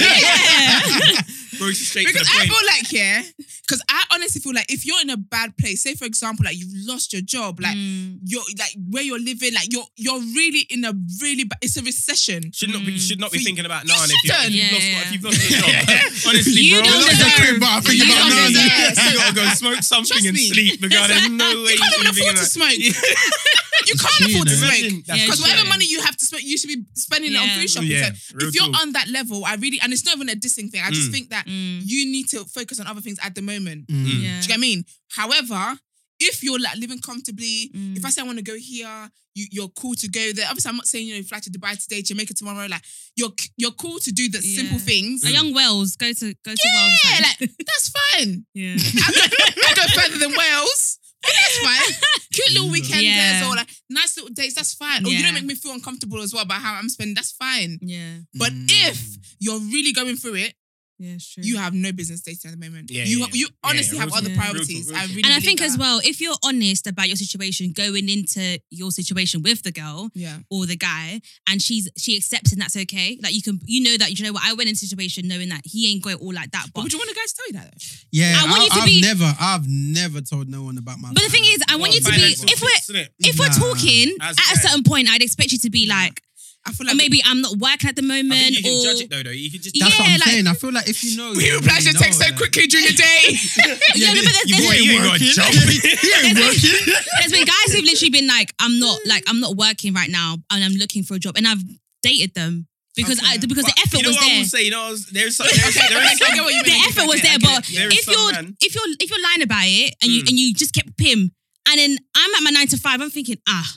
S3: yeah.
S4: bro, it's straight to
S2: Because
S4: the
S2: I
S4: point.
S2: feel like, yeah, because I honestly feel like if you're in a bad place, say for example, like you've lost your job, like
S3: Mm.
S2: you're like where you're living, like you're you're really in a really bad it's a recession.
S4: Should not be you should not be
S2: Mm.
S4: thinking about
S2: You
S4: Nan if, you, if
S2: shouldn't.
S4: you've lost
S3: Yeah,
S4: if you've lost your job. Honestly,
S3: You
S4: bro,
S3: don't
S4: like,
S3: deserve-
S5: think
S2: You
S5: about
S2: don't
S5: Nan.
S2: deserve-
S4: you gotta go smoke
S2: Trust
S4: something and
S2: me.
S4: sleep because there's no
S2: You
S4: way
S2: can't even
S4: you're
S2: afford to smoke.
S4: Yeah.
S2: You can't
S5: cheating,
S2: afford to
S5: isn't
S2: smoke.
S3: Yeah,
S2: Because whatever
S3: sure.
S2: money you have to spend, you should be spending it on
S3: Yeah.
S2: food shopping.
S4: yeah,
S2: So
S4: real
S2: if you're
S4: talk.
S2: on that level, I really and it's not even a dissing thing. I just
S4: Mm.
S2: think that
S3: Mm.
S2: you need to focus on other things at the moment.
S3: Yeah.
S5: Mm.
S2: Do you get what I mean? However, if you're like living comfortably,
S3: Mm.
S2: if I say I want to go here, you, you're cool to go there. Obviously, I'm not saying you know fly to Dubai today, Jamaica tomorrow. Like you're you're cool to do the
S3: Yeah.
S2: simple things.
S3: A young Wells go to go to
S2: Yeah,
S3: Wells.
S2: like that's fine.
S3: yeah.
S2: I go, I go further than Wales. But that's fine. Cute little weekenders
S3: Mm. Yeah.
S2: or like nice little dates. That's fine. Or you
S3: Yeah.
S2: don't make me feel uncomfortable as well about how I'm spending. That's fine.
S3: Yeah.
S2: But
S5: Mm.
S2: if you're really going through it,
S3: Yeah. Sure.
S2: you have no business dating at the moment.
S4: Yeah,
S2: you
S4: yeah, yeah.
S2: you honestly
S4: Yeah,
S2: have
S4: real
S2: other
S3: talk.
S2: priorities.
S4: Real talk,
S2: I
S4: real
S2: really
S4: talk.
S3: and I think
S2: believe
S3: as
S2: that.
S3: well, if you're honest about your situation going into your situation with the girl
S2: Yeah.
S3: or the guy, and she's she accepts and that's okay. Like you can, you know that you know what I went into a situation knowing that he ain't going all like that.
S2: But
S3: But
S2: would you want a guy to tell you that though?
S5: Yeah,
S3: I want you to
S5: have
S3: be-
S5: never, I've never told no one about my.
S3: but the thing is, I want you to be. If we're if we're
S5: Nah.
S3: talking
S4: As
S3: at a
S4: friends.
S3: certain point, I'd expect you to be like,
S2: I feel
S3: or
S2: like
S3: maybe I'm not working at the
S4: I think
S3: moment,
S4: you can
S3: or
S4: judge it though, though. You can just
S3: Yeah,
S5: that's what I'm
S3: like-
S5: saying. I feel like if you know,
S2: we
S5: you
S2: reply to
S5: already
S2: your text
S5: know,
S2: so
S5: like-
S2: quickly during the day.
S3: yeah, but there's,
S4: you,
S3: there's,
S4: boy, you ain't got a job.
S3: there's been- there's been guys who've literally been like, I'm
S4: Mm.
S3: not like I'm not working right now, and I'm looking for a job, and I've dated them because I
S2: Okay.
S3: because
S4: But
S3: the effort
S4: you know
S3: was
S4: what I
S3: there.
S4: will say, you know, there's some, there's, there's
S2: I get
S4: some,
S2: what you mean.
S3: The
S2: I get
S3: effort
S2: it,
S3: was
S2: I get
S3: there,
S2: it.
S3: but
S4: there is
S3: if
S4: some
S3: you're
S4: man-
S3: if you're if you're lying about it and
S5: Hmm.
S3: you
S4: Mm.
S3: and you just kept him, and then I'm at my nine to five, I'm thinking ah,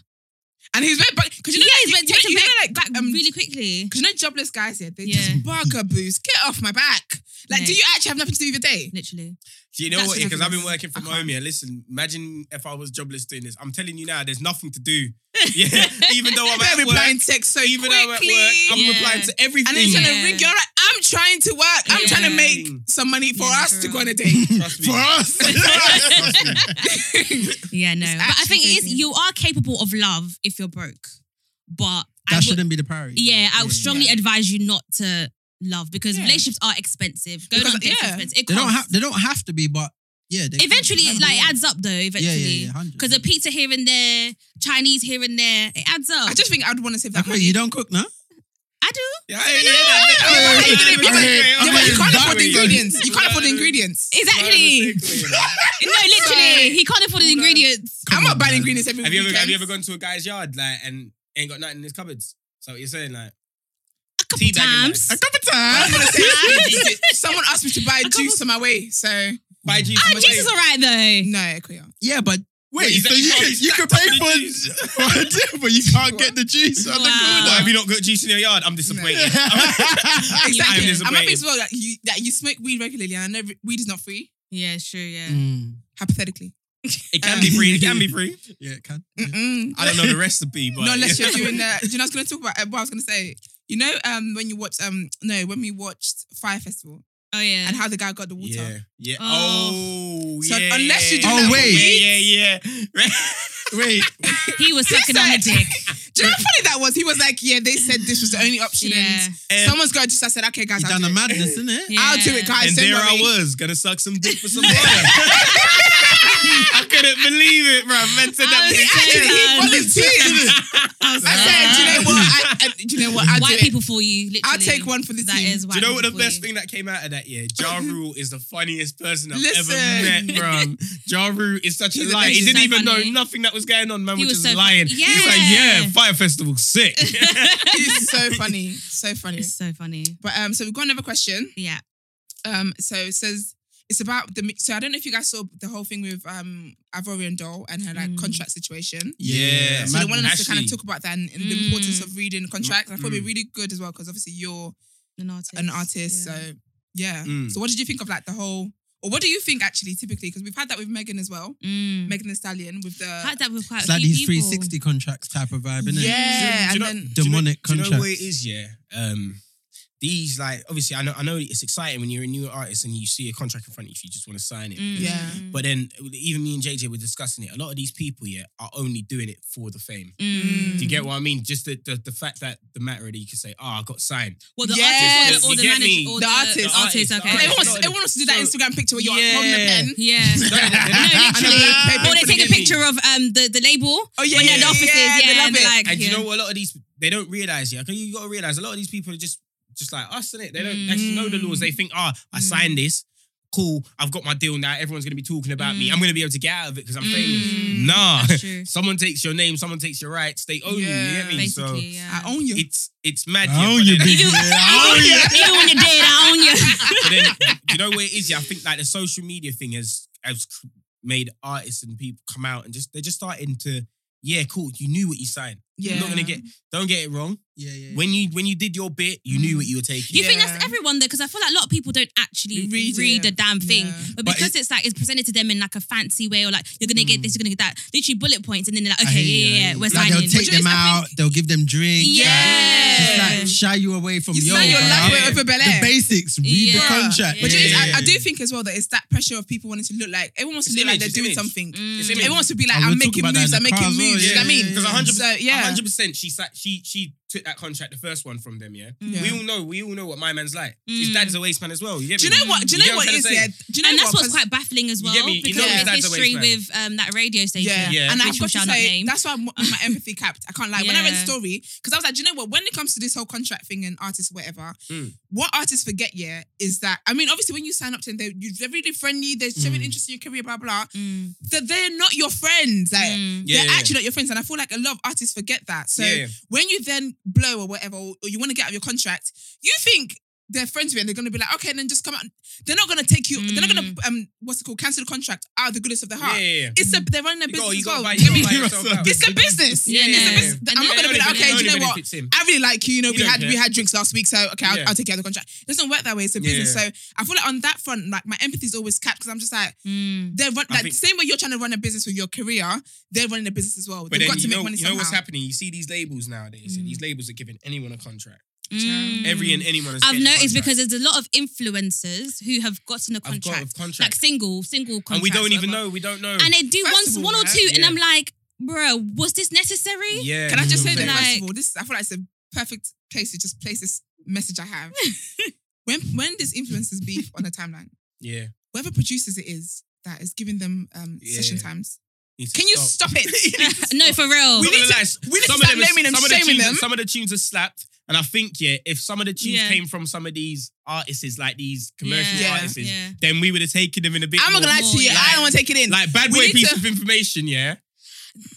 S2: and he's very because you know
S3: yeah,
S2: like,
S3: he's been
S2: you,
S3: taken
S2: you know,
S3: back,
S2: like
S3: back
S2: um,
S3: really quickly.
S2: Because you know, jobless guys here, they
S3: Yeah.
S2: just bugaboos. Get off my back. Like, do
S3: Yeah.
S2: you actually have nothing to do with your day?
S3: Literally,
S4: Do you know
S2: That's
S4: what?
S2: what
S4: Because I've been
S2: happens.
S4: working from
S2: I can't.
S4: home here. Listen, imagine if I was jobless doing this. I'm telling you now, there's nothing to do. Yeah, even though I'm
S2: They're
S4: at work,
S2: replying text so
S4: even though I'm at
S2: quickly.
S4: work, I'm
S3: Yeah.
S4: replying to
S2: and then
S4: everything.
S2: trying
S3: Yeah.
S2: to ring you. All right, I'm trying to work. I'm trying to
S3: Yeah.
S2: make some money for
S3: Yeah,
S2: us
S3: for
S2: to go
S3: real.
S2: on a date.
S4: Trust me.
S5: for us.
S4: Trust me.
S3: yeah, no, but I
S2: actually
S3: think it is
S2: crazy.
S3: you are capable of love if you're broke, but I
S5: that
S3: would-
S5: shouldn't be the priority.
S3: Yeah, I would
S5: Yeah.
S3: strongly advise you not to love because
S2: Yeah.
S3: relationships are expensive. Going
S2: Because,
S3: on dates
S2: yeah.
S3: is expensive. It
S5: They don't
S3: costs.
S5: have. They don't have to be, but yeah. They
S3: eventually,
S5: can
S3: it
S5: be.
S3: like adds up though.
S5: yeah,
S3: Eventually,
S5: yeah, yeah, hundred.
S3: because a pizza here and there, Chinese here and there, it adds up.
S2: I just think I'd want to save that
S5: Wait,
S2: money.
S5: you don't cook, no?
S3: I do.
S4: Yeah, I ain't hear that.
S2: Yeah, but-
S5: I
S2: yeah, but you
S5: mean,
S2: can't
S5: that
S2: afford the
S5: way.
S2: ingredients. You can't afford the ingredients.
S3: Exactly. No, literally,
S2: So-
S3: he can't afford the
S2: Hold on.
S3: ingredients.
S5: Come
S2: I'm not
S5: on,
S2: buying
S5: man.
S2: ingredients every
S4: Have you ever
S2: weekend.
S4: have you ever gone to a guy's yard like and ain't got nothing in his cupboards? So what you're saying like
S3: A couple
S4: Teabagging,
S3: times.
S4: like-
S5: couple
S2: I'm gonna
S5: times.
S2: say someone asked me to buy
S3: can't
S2: juice on my way, so
S4: buy juice?
S3: Ah,
S4: I'm
S3: Jesus, all right though.
S2: no, Kuya.
S5: Yeah, but wait.
S4: Wait, is
S5: so
S4: that-
S5: you
S4: oh,
S5: can
S4: is
S5: you
S4: that
S5: can
S4: top
S5: pay
S4: of the
S5: for a,
S4: juice?
S5: for a deal, but you can't get the juice
S3: Wow.
S5: on the
S4: What,
S5: corner.
S4: have you not got juice in your yard? I'm disappointed.
S2: Exactly.
S4: disappointed.
S2: I'm happy as well that you that you smoke weed regularly, and I know weed is not free.
S3: Yeah, sure, yeah.
S5: Mm.
S2: Hypothetically,
S4: It can be free. It can be free.
S5: Yeah, it can.
S2: Mm-mm.
S4: I don't know the recipe, but
S2: no, unless you're doing that. Do you know what I was going to talk about? Uh, What I was going to say. You know, um, when you watch, um, no, when we watched Fire Festival
S3: Oh yeah.
S2: and how the guy got the water.
S4: Yeah, yeah.
S3: Oh.
S4: Oh,
S2: So
S4: yeah.
S2: unless you do
S5: Oh, that for wait.
S4: yeah, yeah, yeah. wait.
S3: he was sucking on the
S2: said-
S3: dick.
S2: Do you know how funny that was? He was like, "Yeah, they said this was the only option."
S3: Yeah.
S2: And
S4: And,
S2: someone's got just. I said, "Okay, guys,
S5: He
S2: I'll
S5: done
S2: do
S5: a
S2: it.
S5: madness, isn't it?
S2: I'll do it,
S3: Yeah.
S2: guys."
S4: and
S2: don't
S4: there I
S2: worry.
S4: was gonna suck some dick for some water. I couldn't believe it, bro. Man said
S3: I
S4: that.
S3: was
S4: was
S3: so
S4: shit.
S2: He
S3: done.
S2: volunteered. I said, "Do you know what? I, I, do you know what? I'll
S3: White
S2: do it.
S3: people for you. Literally.
S2: I'll take one for the
S3: That
S2: team."
S3: is white
S4: Do you know what the
S3: people for
S4: best thing that came out of that year? Ja Rule is the funniest person I've
S2: Listen.
S4: ever met, bro. Ja Rule is such
S2: He's
S4: a
S2: the
S4: liar.
S2: best.
S4: He didn't
S3: So
S4: even
S3: funny.
S4: know nothing that was going on, man.
S3: He
S4: was
S3: was
S4: just
S3: so
S4: lying.
S3: funny.
S4: He was like,
S3: Yeah.
S4: yeah, Fire Festival, sick.
S2: He's so funny, so funny.
S3: It's so funny.
S2: But um, so we've got another question.
S3: Yeah.
S2: Um, so it says it's about the. So I don't know if you guys saw the whole thing with um Ivorian Doll and her like
S3: Mm.
S2: contract situation.
S4: Yeah.
S2: So they wanted us
S4: Madness.
S2: to kind of
S4: Ashley.
S2: talk about that and, and the
S3: Mm.
S2: importance of reading contracts. I thought it'd
S4: Mm.
S2: be really good as well because obviously you're
S3: An artist.
S2: an artist.
S3: Yeah.
S2: So yeah.
S4: Mm.
S2: So what did you think of like the whole, or what do you think actually typically? Because we've had that with Megan as well,
S3: Mm.
S2: Megan Thee Stallion with the
S3: I had that with quite
S5: It's
S3: a
S5: like
S3: few
S5: these
S3: people.
S5: 360 contracts type of vibe, isn't it?
S2: yeah,
S4: Do you
S2: and
S4: know-
S2: then
S4: Do you know-
S5: Demonic
S4: do you know
S5: contracts.
S4: what it is? Yeah. Um, these like obviously I know I know it's exciting when you're a new artist and you see a contract in front of you, you just want to sign it.
S3: Mm.
S2: Yeah.
S4: But then even me and JJ were discussing it. A lot of these people, yeah, are only doing it for the fame.
S3: Mm.
S4: Do you get what I mean? Just the the, the fact that the matter that you could say, oh, I got signed.
S3: Well, the
S2: Yes.
S3: artist or the, or
S4: You
S3: the
S4: get
S3: manager
S4: me?
S3: or
S2: The artist.
S3: Artist.
S4: The
S3: Okay.
S4: artist.
S2: everyone, wants,
S4: So-
S2: everyone wants to do that
S4: so-
S2: Instagram picture where you're
S4: Yeah.
S2: holding a pen.
S3: Yeah.
S4: No, no, no.
S3: no, literally.
S2: And a black
S3: Or they take a
S2: paper forgive me.
S3: picture of um the, the label
S2: Oh yeah,
S3: when
S2: yeah,
S3: they're at the offices. Yeah,
S2: they love
S3: and they're
S2: it.
S3: like,
S4: And
S3: yeah.
S4: you know what? A lot of these they don't realize, yeah. Because you got to realize a lot of these people are just just like us, innit? They don't actually know the laws. They think, ah, I
S3: Mm.
S4: signed this. Cool, I've got my deal now. Everyone's gonna be talking about me.
S3: Mm.
S4: I'm gonna be able to get out of it because I'm famous.
S3: Mm.
S4: Nah,
S3: That's true.
S4: someone takes your name, someone takes your rights. They own you. You
S2: Yeah.
S4: get me? so
S3: Basically, yeah.
S2: I own you.
S4: it's it's mad.
S5: I
S4: yeah,
S5: own
S4: but
S5: Oh, you,
S4: then-
S5: bitch.
S3: Even, even when you're dead, I own you.
S4: but then, do you know where it is? Yeah, I think like the social media thing has has cr- made artists and people come out and just they're just starting to. Yeah, cool. You knew what you signed.
S2: Yeah.
S4: I'm not gonna get. Don't get it wrong.
S5: Yeah, yeah.
S4: When you when you did your bit, you knew what you were taking.
S3: You think that's
S2: Mm. Yeah.
S3: everyone though? Because I feel like a lot of people don't actually read,
S2: Read it.
S3: the damn thing,
S2: Yeah.
S3: but
S5: But
S3: because it's like it's presented to them in like a fancy way, or like you're gonna get this, you're gonna get that. Literally bullet points, and then they're like, okay, yeah, yeah, yeah, we're
S5: like
S3: signing.
S5: They'll take
S3: Which is,
S5: them
S3: I
S5: out,
S3: think-
S5: they'll give them drinks.
S3: Yeah.
S5: Just like shy you away from
S2: You
S5: yo,
S2: sign your
S5: bruh.
S2: life
S4: yeah.
S2: over Bel
S5: The
S2: Air.
S5: basics, read
S3: Yeah.
S5: the contract.
S3: But
S2: But you know,
S4: Yeah.
S2: I, I do think as well that it's that pressure of people wanting to look like everyone wants to
S4: It's
S2: look like they're
S4: image,
S2: doing
S4: it's image.
S2: something.
S3: Mm.
S4: It's
S2: Everyone wants to be like,
S5: And we'll
S2: I'm
S5: talk
S2: making
S5: about that
S2: moves,
S5: in
S2: I'm
S5: the
S2: making
S5: cars
S2: moves.
S5: as well,
S2: you know what I mean?
S4: yeah, yeah, yeah. 'Cause a hundred-
S2: So, yeah.
S4: hundred percent. She sat. She she took that contract, the first one from them. Yeah,
S2: Mm. Yeah.
S4: we all know. We all know what my man's like.
S3: Mm.
S4: His dad's a waste man as well. You get
S2: Do you
S4: me?
S2: know what? Do you
S4: You
S2: know
S4: get
S2: what
S4: what I'm
S2: is
S4: trying to
S2: yeah?
S4: say?
S2: Do you know
S3: and that's
S2: what?
S3: what's
S2: 'Cause-
S3: quite baffling as
S4: You
S3: well
S4: get me? You
S3: because
S4: know
S3: of
S2: it's
S3: his
S4: that's a waste
S3: history
S4: man.
S3: with um, that radio station.
S2: yeah.
S4: Yeah.
S2: and I've
S3: Which we
S2: got to
S3: shall not
S2: say
S3: name.
S2: that's why I'm- my empathy capped. I can't lie. When I read the
S3: Yeah.
S2: story, because I was like, do you know what? When it comes to this whole contract thing and artists, whatever,
S4: Mm.
S2: what artists forget, yeah, is that I mean, obviously, when you sign up to them, they're, you're really friendly, they're showing
S5: Mm.
S2: interest in your career, blah blah.
S3: Mm,
S2: That they're not your friends, like
S3: mm.
S4: Yeah,
S2: they're
S4: yeah, yeah.
S2: actually not your friends, and I feel like a lot of artists forget that. So
S4: Yeah, yeah.
S2: when you then blow or whatever, or you want to get out of your contract, you think they're friends with you and they're going to be like, okay, then just come out. They're not going to take you. They're not going to um, what's it called, cancel the contract out of the goodness of their
S4: Yeah,
S2: heart.
S4: yeah, yeah.
S2: It's a they're running a
S4: You gotta-
S2: business
S4: you
S2: as well.
S4: gotta buy-
S2: Give
S4: you
S2: me-
S4: gotta buy yourself out.
S2: It's a business.
S3: Yeah,
S2: it's
S3: yeah.
S2: a business.
S3: And
S2: I'm not
S3: it
S2: gonna be
S3: only
S2: like,
S3: benefits-
S2: okay,
S3: it
S2: do you know what? I really like you. You know,
S4: You
S2: we
S4: don't
S2: had
S4: care.
S2: we had drinks last week, so okay, I'll,
S4: Yeah.
S2: I'll take you out of the contract. It doesn't work that way. It's a business.
S4: Yeah.
S2: So I feel like on that front, like my empathy is always capped because I'm just like
S3: Mm.
S2: they're run,
S4: I
S2: like
S4: think-
S2: same way you're trying to run a business with your career, they're running a business as well.
S4: But
S2: They've
S4: then
S2: got to
S4: you
S2: make
S4: know,
S2: money
S4: you know
S2: somehow.
S4: what's happening. You see these labels nowadays, and
S2: Mm.
S4: these labels are giving anyone a contract.
S3: Mm.
S4: Every and anyone. Is
S3: I've
S4: getting a
S3: noticed
S4: contract.
S3: because there's a lot of influencers who have gotten a
S4: I've got a
S3: contract,
S4: contract,
S3: like single, single contract,
S4: and we don't even know. We don't know.
S3: And they do
S2: First
S3: once
S2: of all,
S3: one or
S2: right?
S3: two, and
S4: Yeah.
S3: I'm like, bro, was this necessary?
S4: yeah.
S2: Can I just say
S3: But
S2: that first
S3: Mm. like-
S2: of all, this I feel like it's a perfect place to just place this message I have. when when does influencers beef on a timeline?
S4: Yeah.
S2: Whoever produces it is that is giving them um, session
S4: Yeah.
S2: times.
S4: Need to
S2: Can you
S4: stop.
S2: stop it?
S3: no, for real.
S4: We
S2: We
S4: need
S2: need to- we need to start naming them,
S4: some of the
S2: shaming
S4: tunes,
S2: them.
S4: Some of the tunes are slapped, and I think yeah, if some of the tunes
S3: Yeah.
S4: came from some of these artists, like these commercial
S2: Yeah.
S4: artists,
S3: Yeah.
S4: then we would have taken them in a bit.
S2: I'm not
S4: more.
S2: gonna lie to you.
S3: Like-
S2: I don't want to take it in.
S4: Like bad
S2: We
S4: boy
S2: need
S4: piece
S2: to-
S4: of information, yeah.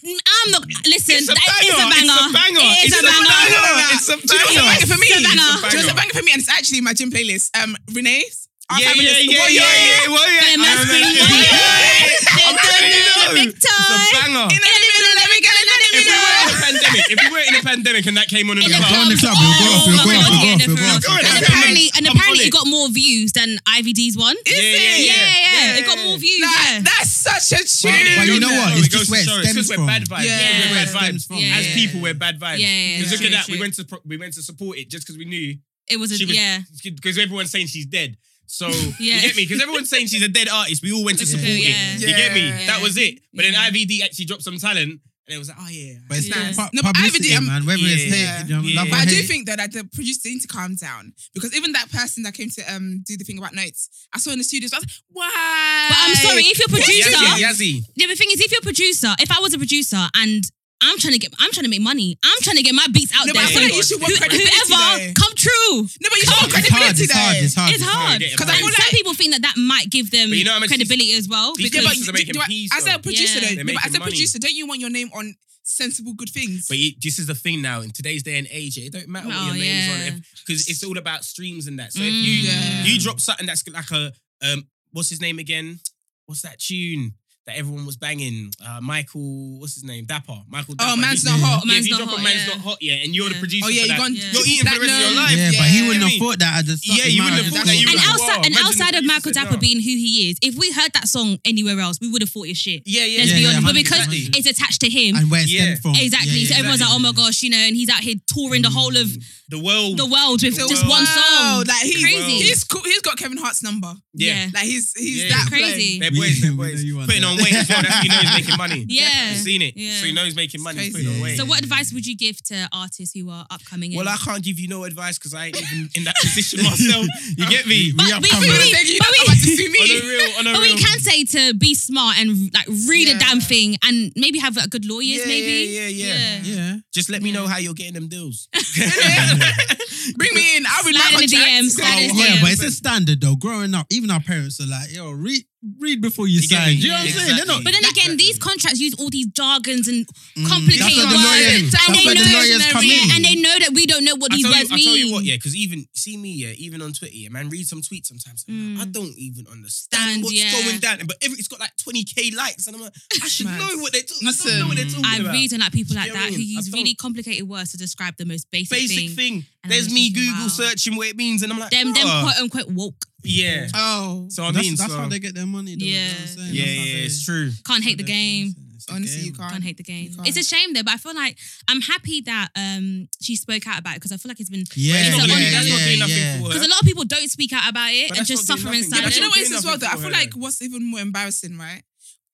S3: I'm not. Listen,
S4: It's a
S3: that is
S4: banger. It's a banger.
S3: It is
S4: It's
S3: a
S4: a
S3: banger.
S4: banger.
S2: It's a banger for me.
S3: It's a banger.
S2: Do you know what's a banger for me, and it's actually in my gym playlist. Um, Renee's. Our
S4: Yeah, yeah,
S2: feminist-
S4: yeah,
S2: Warrior.
S4: yeah, yeah, well, yeah.
S3: There
S4: I
S3: must be
S4: remember it.
S3: one.
S4: Yeah. I'm telling you,
S3: Big
S4: it's a
S3: time.
S4: banger.
S2: In the middle, let me get in the middle.
S4: If we were in a pandemic, if we were in a pandemic and that came on in
S3: And
S4: the
S3: then
S5: Yeah, go
S4: club.
S5: on the
S3: comes,
S5: club, we'll
S3: oh
S5: go off, we'll
S3: my
S5: go
S3: God,
S5: off, we'll
S3: yeah, no, for
S5: go off, we'll go
S3: real.
S4: Go
S5: off.
S4: on,
S3: And
S4: I'm
S3: apparently,
S4: on it.
S3: and
S4: I'm
S3: apparently,
S4: on
S3: it
S4: it.
S3: got more views than IVD's one.
S2: Is
S4: Yeah,
S2: it?
S4: yeah,
S3: Yeah,
S4: yeah.
S3: yeah, it
S2: Yeah.
S3: got more views.
S2: Like,
S3: yeah.
S2: That's such a tune.
S5: Well, well, you know what?
S4: It
S5: It's
S4: goes
S5: just
S4: to
S5: where it
S4: show, it's
S5: stems
S4: just where
S5: from.
S4: bad vibes.
S2: Yeah.
S4: Yeah, we're
S5: Yeah.
S4: bad
S5: Stems
S4: vibes.
S5: from.
S4: As
S3: Yeah.
S4: people, we're bad vibes.
S3: Yeah, yeah,
S4: Because
S3: yeah. True,
S4: look at that. We
S3: true.
S4: went to pro- we went to support it just because we knew
S3: It was, a,
S4: She was-
S3: yeah.
S4: because everyone's saying she's dead. So
S3: Yeah.
S4: you get me? Because everyone's saying she's a dead artist. We all went to
S3: It's
S4: support
S3: okay,
S4: it.
S2: yeah.
S4: You get me?
S2: Yeah.
S4: That was it. But
S3: Yeah.
S4: then IVD actually dropped some talent, and it was like, oh yeah.
S5: But it's
S3: Yeah.
S5: pu-
S2: No, but
S5: publicity,
S2: Ivy did-
S5: man. Whether it's
S2: Yeah.
S5: hate, you know,
S4: Yeah.
S5: love or
S2: But I do
S5: hate.
S2: think that like, the producers need to calm down because even that person that came to um do the thing about notes, I saw in the studios. I was like, why?
S3: But I'm sorry, if you're a producer,
S4: Yazzie, Yazzie.
S3: Yeah, the thing is, if you're a producer, if I was a producer and I'm trying to get, I'm trying to make money. I'm trying to get my beats out
S2: No, but
S3: there. So
S2: I feel like you should want
S3: who-
S2: credibility.
S3: whoever
S2: though.
S3: come true.
S2: No, but you should want
S5: It's hard.
S2: credibility
S5: It's hard.
S2: though.
S5: It's hard.
S3: It's hard
S4: get it,
S3: because
S4: bro.
S3: I feel
S2: It's
S3: some
S2: like-
S3: people think that that might give them
S4: But you know how much
S3: credibility as well.
S4: these
S2: Yeah,
S3: Because
S2: but
S4: They're
S2: do-
S4: making
S2: do I-
S4: peas,
S2: as a
S4: though.
S3: Yeah.
S2: producer, though,
S4: They're
S2: no, but as
S4: making
S2: a
S4: money.
S2: producer, don't you want your name on sensible good things?
S4: But it, this is the thing now in today's day and age. It don't matter
S3: Oh,
S4: what your
S3: yeah.
S4: name's on because it's all about streams and that. So if
S3: Mm.
S4: you
S2: Yeah.
S4: you drop something that's like a um, what's his name again? What's that tune that everyone was banging? Uh, Michael, what's his name? Dapper. Michael. Dapper.
S2: oh, man's
S4: You-
S2: not hot.
S4: Yeah,
S3: Man's
S4: if
S3: not
S4: you drop
S3: hot,
S4: a man's
S3: yeah.
S4: not hot, yeah, and you're
S3: Yeah.
S4: the producer.
S2: Oh yeah,
S4: for
S2: you're
S4: that,
S2: going.
S3: Yeah.
S4: You're eating for the rest of your
S2: platinum.
S4: life.
S5: Yeah,
S2: Yeah.
S5: but he
S4: You
S5: wouldn't
S4: know
S5: have
S4: what
S5: thought that at the start.
S4: Yeah, you wouldn't have
S2: That's
S4: thought that you
S2: true.
S4: would
S3: and
S2: Wow.
S3: outside and
S4: Imagine
S3: outside
S4: the
S3: of Michael
S4: producers
S3: Dapper
S4: now.
S3: being who he is, if we heard that song anywhere else, we would have thought it's shit.
S4: Yeah, yeah.
S3: Let's
S5: Yeah,
S3: be
S5: yeah,
S3: honest, but
S5: 100%.
S3: because it's attached to him,
S5: And where it
S4: Yeah.
S5: stemmed from.
S3: exactly.
S5: Yeah,
S3: so
S5: yeah,
S3: everyone's like,
S5: exactly.
S3: "Oh my gosh," you know, and he's out here touring the whole of
S4: the world.
S3: the world with
S4: Mm. The
S3: just
S4: world.
S3: one
S2: Wow,
S3: song.
S2: Like he's
S3: Crazy.
S2: He's cool. He's got Kevin Hart's number.
S3: yeah,
S2: Like he's he's
S4: Yeah.
S2: that
S3: Crazy.
S4: They're
S5: We-
S4: boys, they're
S5: we
S4: boys.
S5: know you want
S4: Putting
S5: that.
S4: on weight as well. That's how you know he's making money.
S3: yeah.
S4: You've seen it.
S3: Yeah.
S4: So you know he's making money. He's
S2: It's
S4: putting on
S5: crazy.
S4: weight.
S3: So, what advice would you give to artists who are upcoming?
S4: Well,
S3: and-
S4: I can't give you no advice because I ain't even in that position myself. You get me?
S3: But
S5: We
S3: we-
S5: upcoming.
S3: we-
S2: Thank you,
S3: but
S2: that's
S3: we-
S2: how much you see
S4: on a
S2: me.
S4: real, on a
S3: But
S4: real.
S3: we can say to be smart and like read a
S2: Yeah.
S3: damn thing and maybe have like good lawyers,
S4: Yeah,
S3: maybe.
S4: yeah, yeah, yeah.
S5: Yeah.
S4: Just let me know how you're getting them deals.
S2: Bring me in. I'll read
S3: Slide
S2: my
S3: in the DMs,
S2: contract.
S3: slide in
S5: Oh,
S3: the
S5: yeah,
S3: DMs.
S5: but it's a standard though. Growing up, even our parents are like, "Yo, read, read before you
S4: You get
S5: sign."
S4: me?
S5: Do you know what I'm
S4: Yeah,
S5: saying? They're
S4: exactly.
S5: not.
S3: But then again, these contracts use all these jargons and
S4: Mm,
S3: complicated
S5: That's
S3: words,
S5: where the lawyers-
S3: and
S5: that's
S3: they
S5: where the
S3: know,
S5: lawyers come
S3: yeah,
S5: in.
S3: and they know that we don't know what
S4: I
S3: these
S4: tell, you,
S3: words
S4: I
S3: mean.
S4: tell you what, yeah, because even see me, yeah, even on Twitter, yeah, man, read some tweets sometimes. I'm like, I
S3: Mm.
S4: don't even
S3: Stand,
S4: understand what's
S3: yeah.
S4: going down, but every, it's got like 20k likes, and I'm like, I should
S2: Mad.
S4: know what they're talking. I don't
S2: Listen,
S4: know what they're talking
S3: I
S4: about.
S3: really don't like people like
S4: Do you know
S3: that who
S4: what I mean? I
S3: use really
S4: don't-
S3: complicated words to describe the most basic,
S4: Basic
S3: thing.
S4: thing.
S3: And
S4: There's
S3: I'm
S4: me
S3: thinking,
S4: Google
S3: wow.
S4: searching what it means, and I'm like,
S3: Them, them
S4: "Bruh."
S3: quote unquote woke.
S4: yeah.
S2: Oh,
S4: So I
S5: That's,
S4: mean,
S5: that's
S4: so-
S5: how they get their money. Though,
S3: Yeah.
S5: you know what I'm saying?
S4: yeah, yeah,
S5: That's how they-
S4: it's true.
S3: Can't hate the
S5: that's how they-
S3: game.
S5: it's a
S2: honestly, you
S5: game.
S2: can't.
S3: Can't hate the game.
S2: You can't.
S3: It's a shame though, but I feel like I'm happy that um she spoke out about it because I feel like it's been
S5: Yeah,
S4: It's not
S5: yeah,
S4: money, that's
S5: yeah,
S4: not doing nothing
S5: Oh, yeah.
S4: for her.
S3: because a lot of people don't speak out about it
S4: But
S3: and
S4: that's
S3: just
S4: not doing
S3: suffer in
S4: nothing.
S2: Yeah, but
S4: Yeah,
S3: silence.
S2: you know what it is
S4: Nothing
S2: as well though? I
S4: for
S2: feel
S4: her,
S2: like
S4: though.
S2: what's even more embarrassing, right?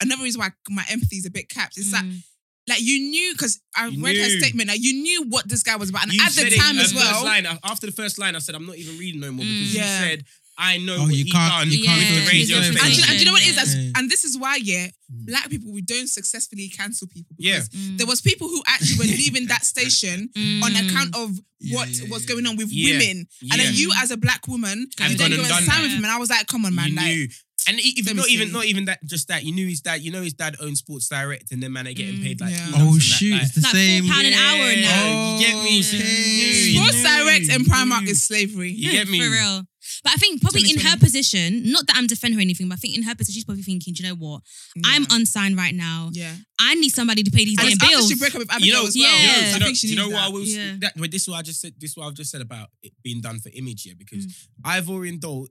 S2: Another reason why my empathy is a bit capped is that
S3: Mm.
S2: like you knew because I
S4: You
S2: read her
S4: knew.
S2: statement, like you knew what this guy was about, and
S4: You
S2: at the
S4: said it
S2: time
S4: in
S2: as
S4: the
S2: well.
S4: First line, after the first line, I said, I'm not even reading no more
S3: Mm.
S4: because
S2: Yeah.
S4: you said, I know
S5: Oh,
S4: what
S5: you
S4: he
S5: can't-
S4: done.
S5: you
S4: with
S5: can't
S4: the
S5: do
S4: radio
S5: it.
S4: station.
S2: And, do you- and do you know what it is?
S3: Yeah.
S2: That's-
S5: Yeah.
S2: And this is why, yeah,
S5: Mm.
S2: black people we don't successfully cancel people.
S4: Yeah.
S2: because
S3: Mm.
S2: There was people who actually were leaving that station
S3: Mm.
S2: on account of
S5: Yeah,
S2: what
S5: yeah,
S2: was
S5: yeah.
S2: going on with
S4: Yeah.
S2: women,
S4: Yeah.
S2: and then you as a black woman,
S4: I've
S2: you then
S4: gone
S2: go
S4: and
S2: and
S4: done
S2: stand
S3: that.
S2: with him, and I was like, come on, man,
S4: you
S2: like.
S4: knew. And e- even
S2: Let me
S4: not even
S2: see.
S4: not even that, just that. You knew his dad. You know his dad owns Sports Direct, and them man are getting
S3: Mm.
S4: paid like.
S2: Yeah.
S4: peanuts and
S5: Oh
S4: that,
S5: shoot,
S4: like-
S5: it's the
S3: Like
S5: same.
S3: £4 an hour
S4: Yeah.
S3: now.
S4: Oh, you get me. So you
S5: Okay.
S4: knew, you
S2: Sports
S4: knew,
S2: Direct and
S4: you
S2: Primark
S4: knew.
S2: is slavery.
S4: You get me?
S3: For real. But I think probably in her
S2: 2020.
S3: position, not that I'm defending her or anything, but I think in her position, she's probably thinking, do you know what? I'm unsigned right now.
S2: Yeah.
S3: I need somebody to pay these
S2: And
S3: damn
S2: it's after
S3: bills.
S2: she broke up with Abigail
S4: You know,
S2: as well.
S3: Yeah.
S4: you know,
S3: I
S4: you know,
S2: think she
S4: you know
S2: needs
S4: what I
S2: that.
S4: will.
S3: Yeah.
S4: That, wait, this is what I just said. This is what I've just said about it being done for image, yeah, because
S2: Mm.
S4: Ivorian Doll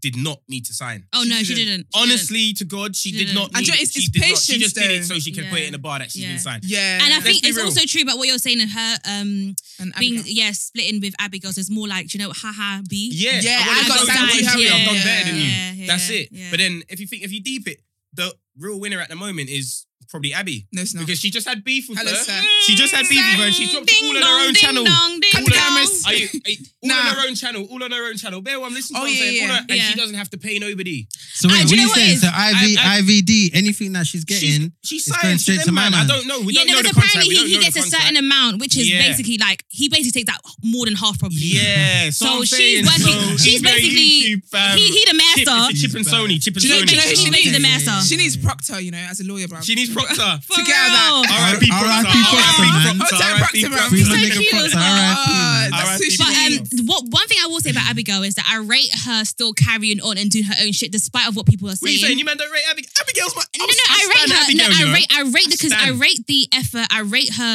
S4: did not need to sign.
S3: Oh no, she didn't. She
S4: Honestly, to God, she did
S3: Didn't.
S4: not.
S2: And do
S4: Need,
S2: you know, it's-
S4: she
S2: it's
S4: did not. She
S2: patience,
S4: just did it
S2: though.
S4: so she could put it in a bar that she
S3: Yeah.
S4: didn't sign.
S2: Yeah.
S3: didn't. And I
S4: Let's
S3: think
S4: be
S3: it's
S4: real.
S3: also true about what you're saying in her um
S2: And
S3: being
S2: Abigail.
S3: yeah, splitting with Abigail. So it's more like, do you know, haha B.
S4: Yeah,
S2: Yeah,
S4: wanna
S2: I got
S4: know
S2: signed
S4: what
S2: to
S4: you have,
S2: Harry.
S4: I've done
S2: Yeah,
S4: better than you.
S3: yeah, yeah,
S4: That's it.
S3: yeah.
S4: But then if you think if you deep it, the real winner at the moment is probably Abby
S2: No,
S3: Oh.
S2: it's not.
S4: because she just had beef with
S2: Hello,
S4: her.
S2: sir.
S4: She just had beef with her and she dropped it all on her own channel.
S2: Cut
S4: the
S2: cameras.
S4: Are you, are you- all
S2: Nah.
S4: on her own channel, all on her own channel. Bear one, listen to
S2: Oh,
S4: what I'm
S2: yeah,
S4: saying. all
S2: yeah,
S4: on- and
S3: yeah.
S4: she doesn't have to pay nobody.
S5: So
S3: Ah,
S5: wait,
S3: do
S5: what
S3: you
S5: are
S3: know
S5: you
S3: what it
S5: saying?
S3: is?
S5: So IV,
S4: I- I-
S5: IVD, anything that she's getting,
S4: She's
S5: it's
S4: signed
S5: going straight
S4: them,
S5: to my
S4: man. I
S5: man.
S4: don't know. We
S3: yeah,
S4: don't
S3: no,
S4: know the
S3: because
S4: contract.
S3: apparently
S4: we
S3: he,
S4: don't
S3: he
S4: know the
S3: gets a
S4: contract.
S3: certain amount, which is
S4: Yeah.
S3: basically like he basically takes that more than half probably.
S4: Yeah, so,
S3: So
S4: I'm
S3: she's
S4: saying,
S3: working.
S4: so
S3: she's
S4: even a
S3: basically
S4: YouTube, um,
S3: he he the
S4: chip,
S3: master.
S4: it's a chip and Sony, chip and
S2: Do you know-
S4: Sony.
S2: do you know who
S3: She
S2: she
S3: needs
S2: needs?
S3: the master.
S2: She needs Proctor, you know, as a lawyer, bro.
S4: She needs Proctor.
S3: For
S2: to get
S3: real.
S2: out of that.
S5: R.I.P.
S4: R.I.P.
S5: Proctor,
S4: Proctor, R.I.P.
S5: man.
S2: Hotel
S3: Oh,
S4: R.I.P.
S2: Proctor, man.
S5: Free
S2: He's
S5: my
S3: so
S5: nigga
S3: cute as
S5: Proctor,
S3: well.
S2: Ah,
S5: RIP, man.
S2: that's who
S4: R.I.P.
S2: she
S3: But um,
S2: is.
S3: what one thing I will say about Abigail is that I rate her still carrying on and doing her own shit despite of what people are
S4: What are
S3: saying.
S4: you saying? You man don't rate Abigail? Abigail's my.
S3: no, no, I rate her.
S4: Abigail, you
S3: no,
S4: know.
S3: I rate, I rate the, cons- I
S4: stand.
S3: rate the effort. I rate her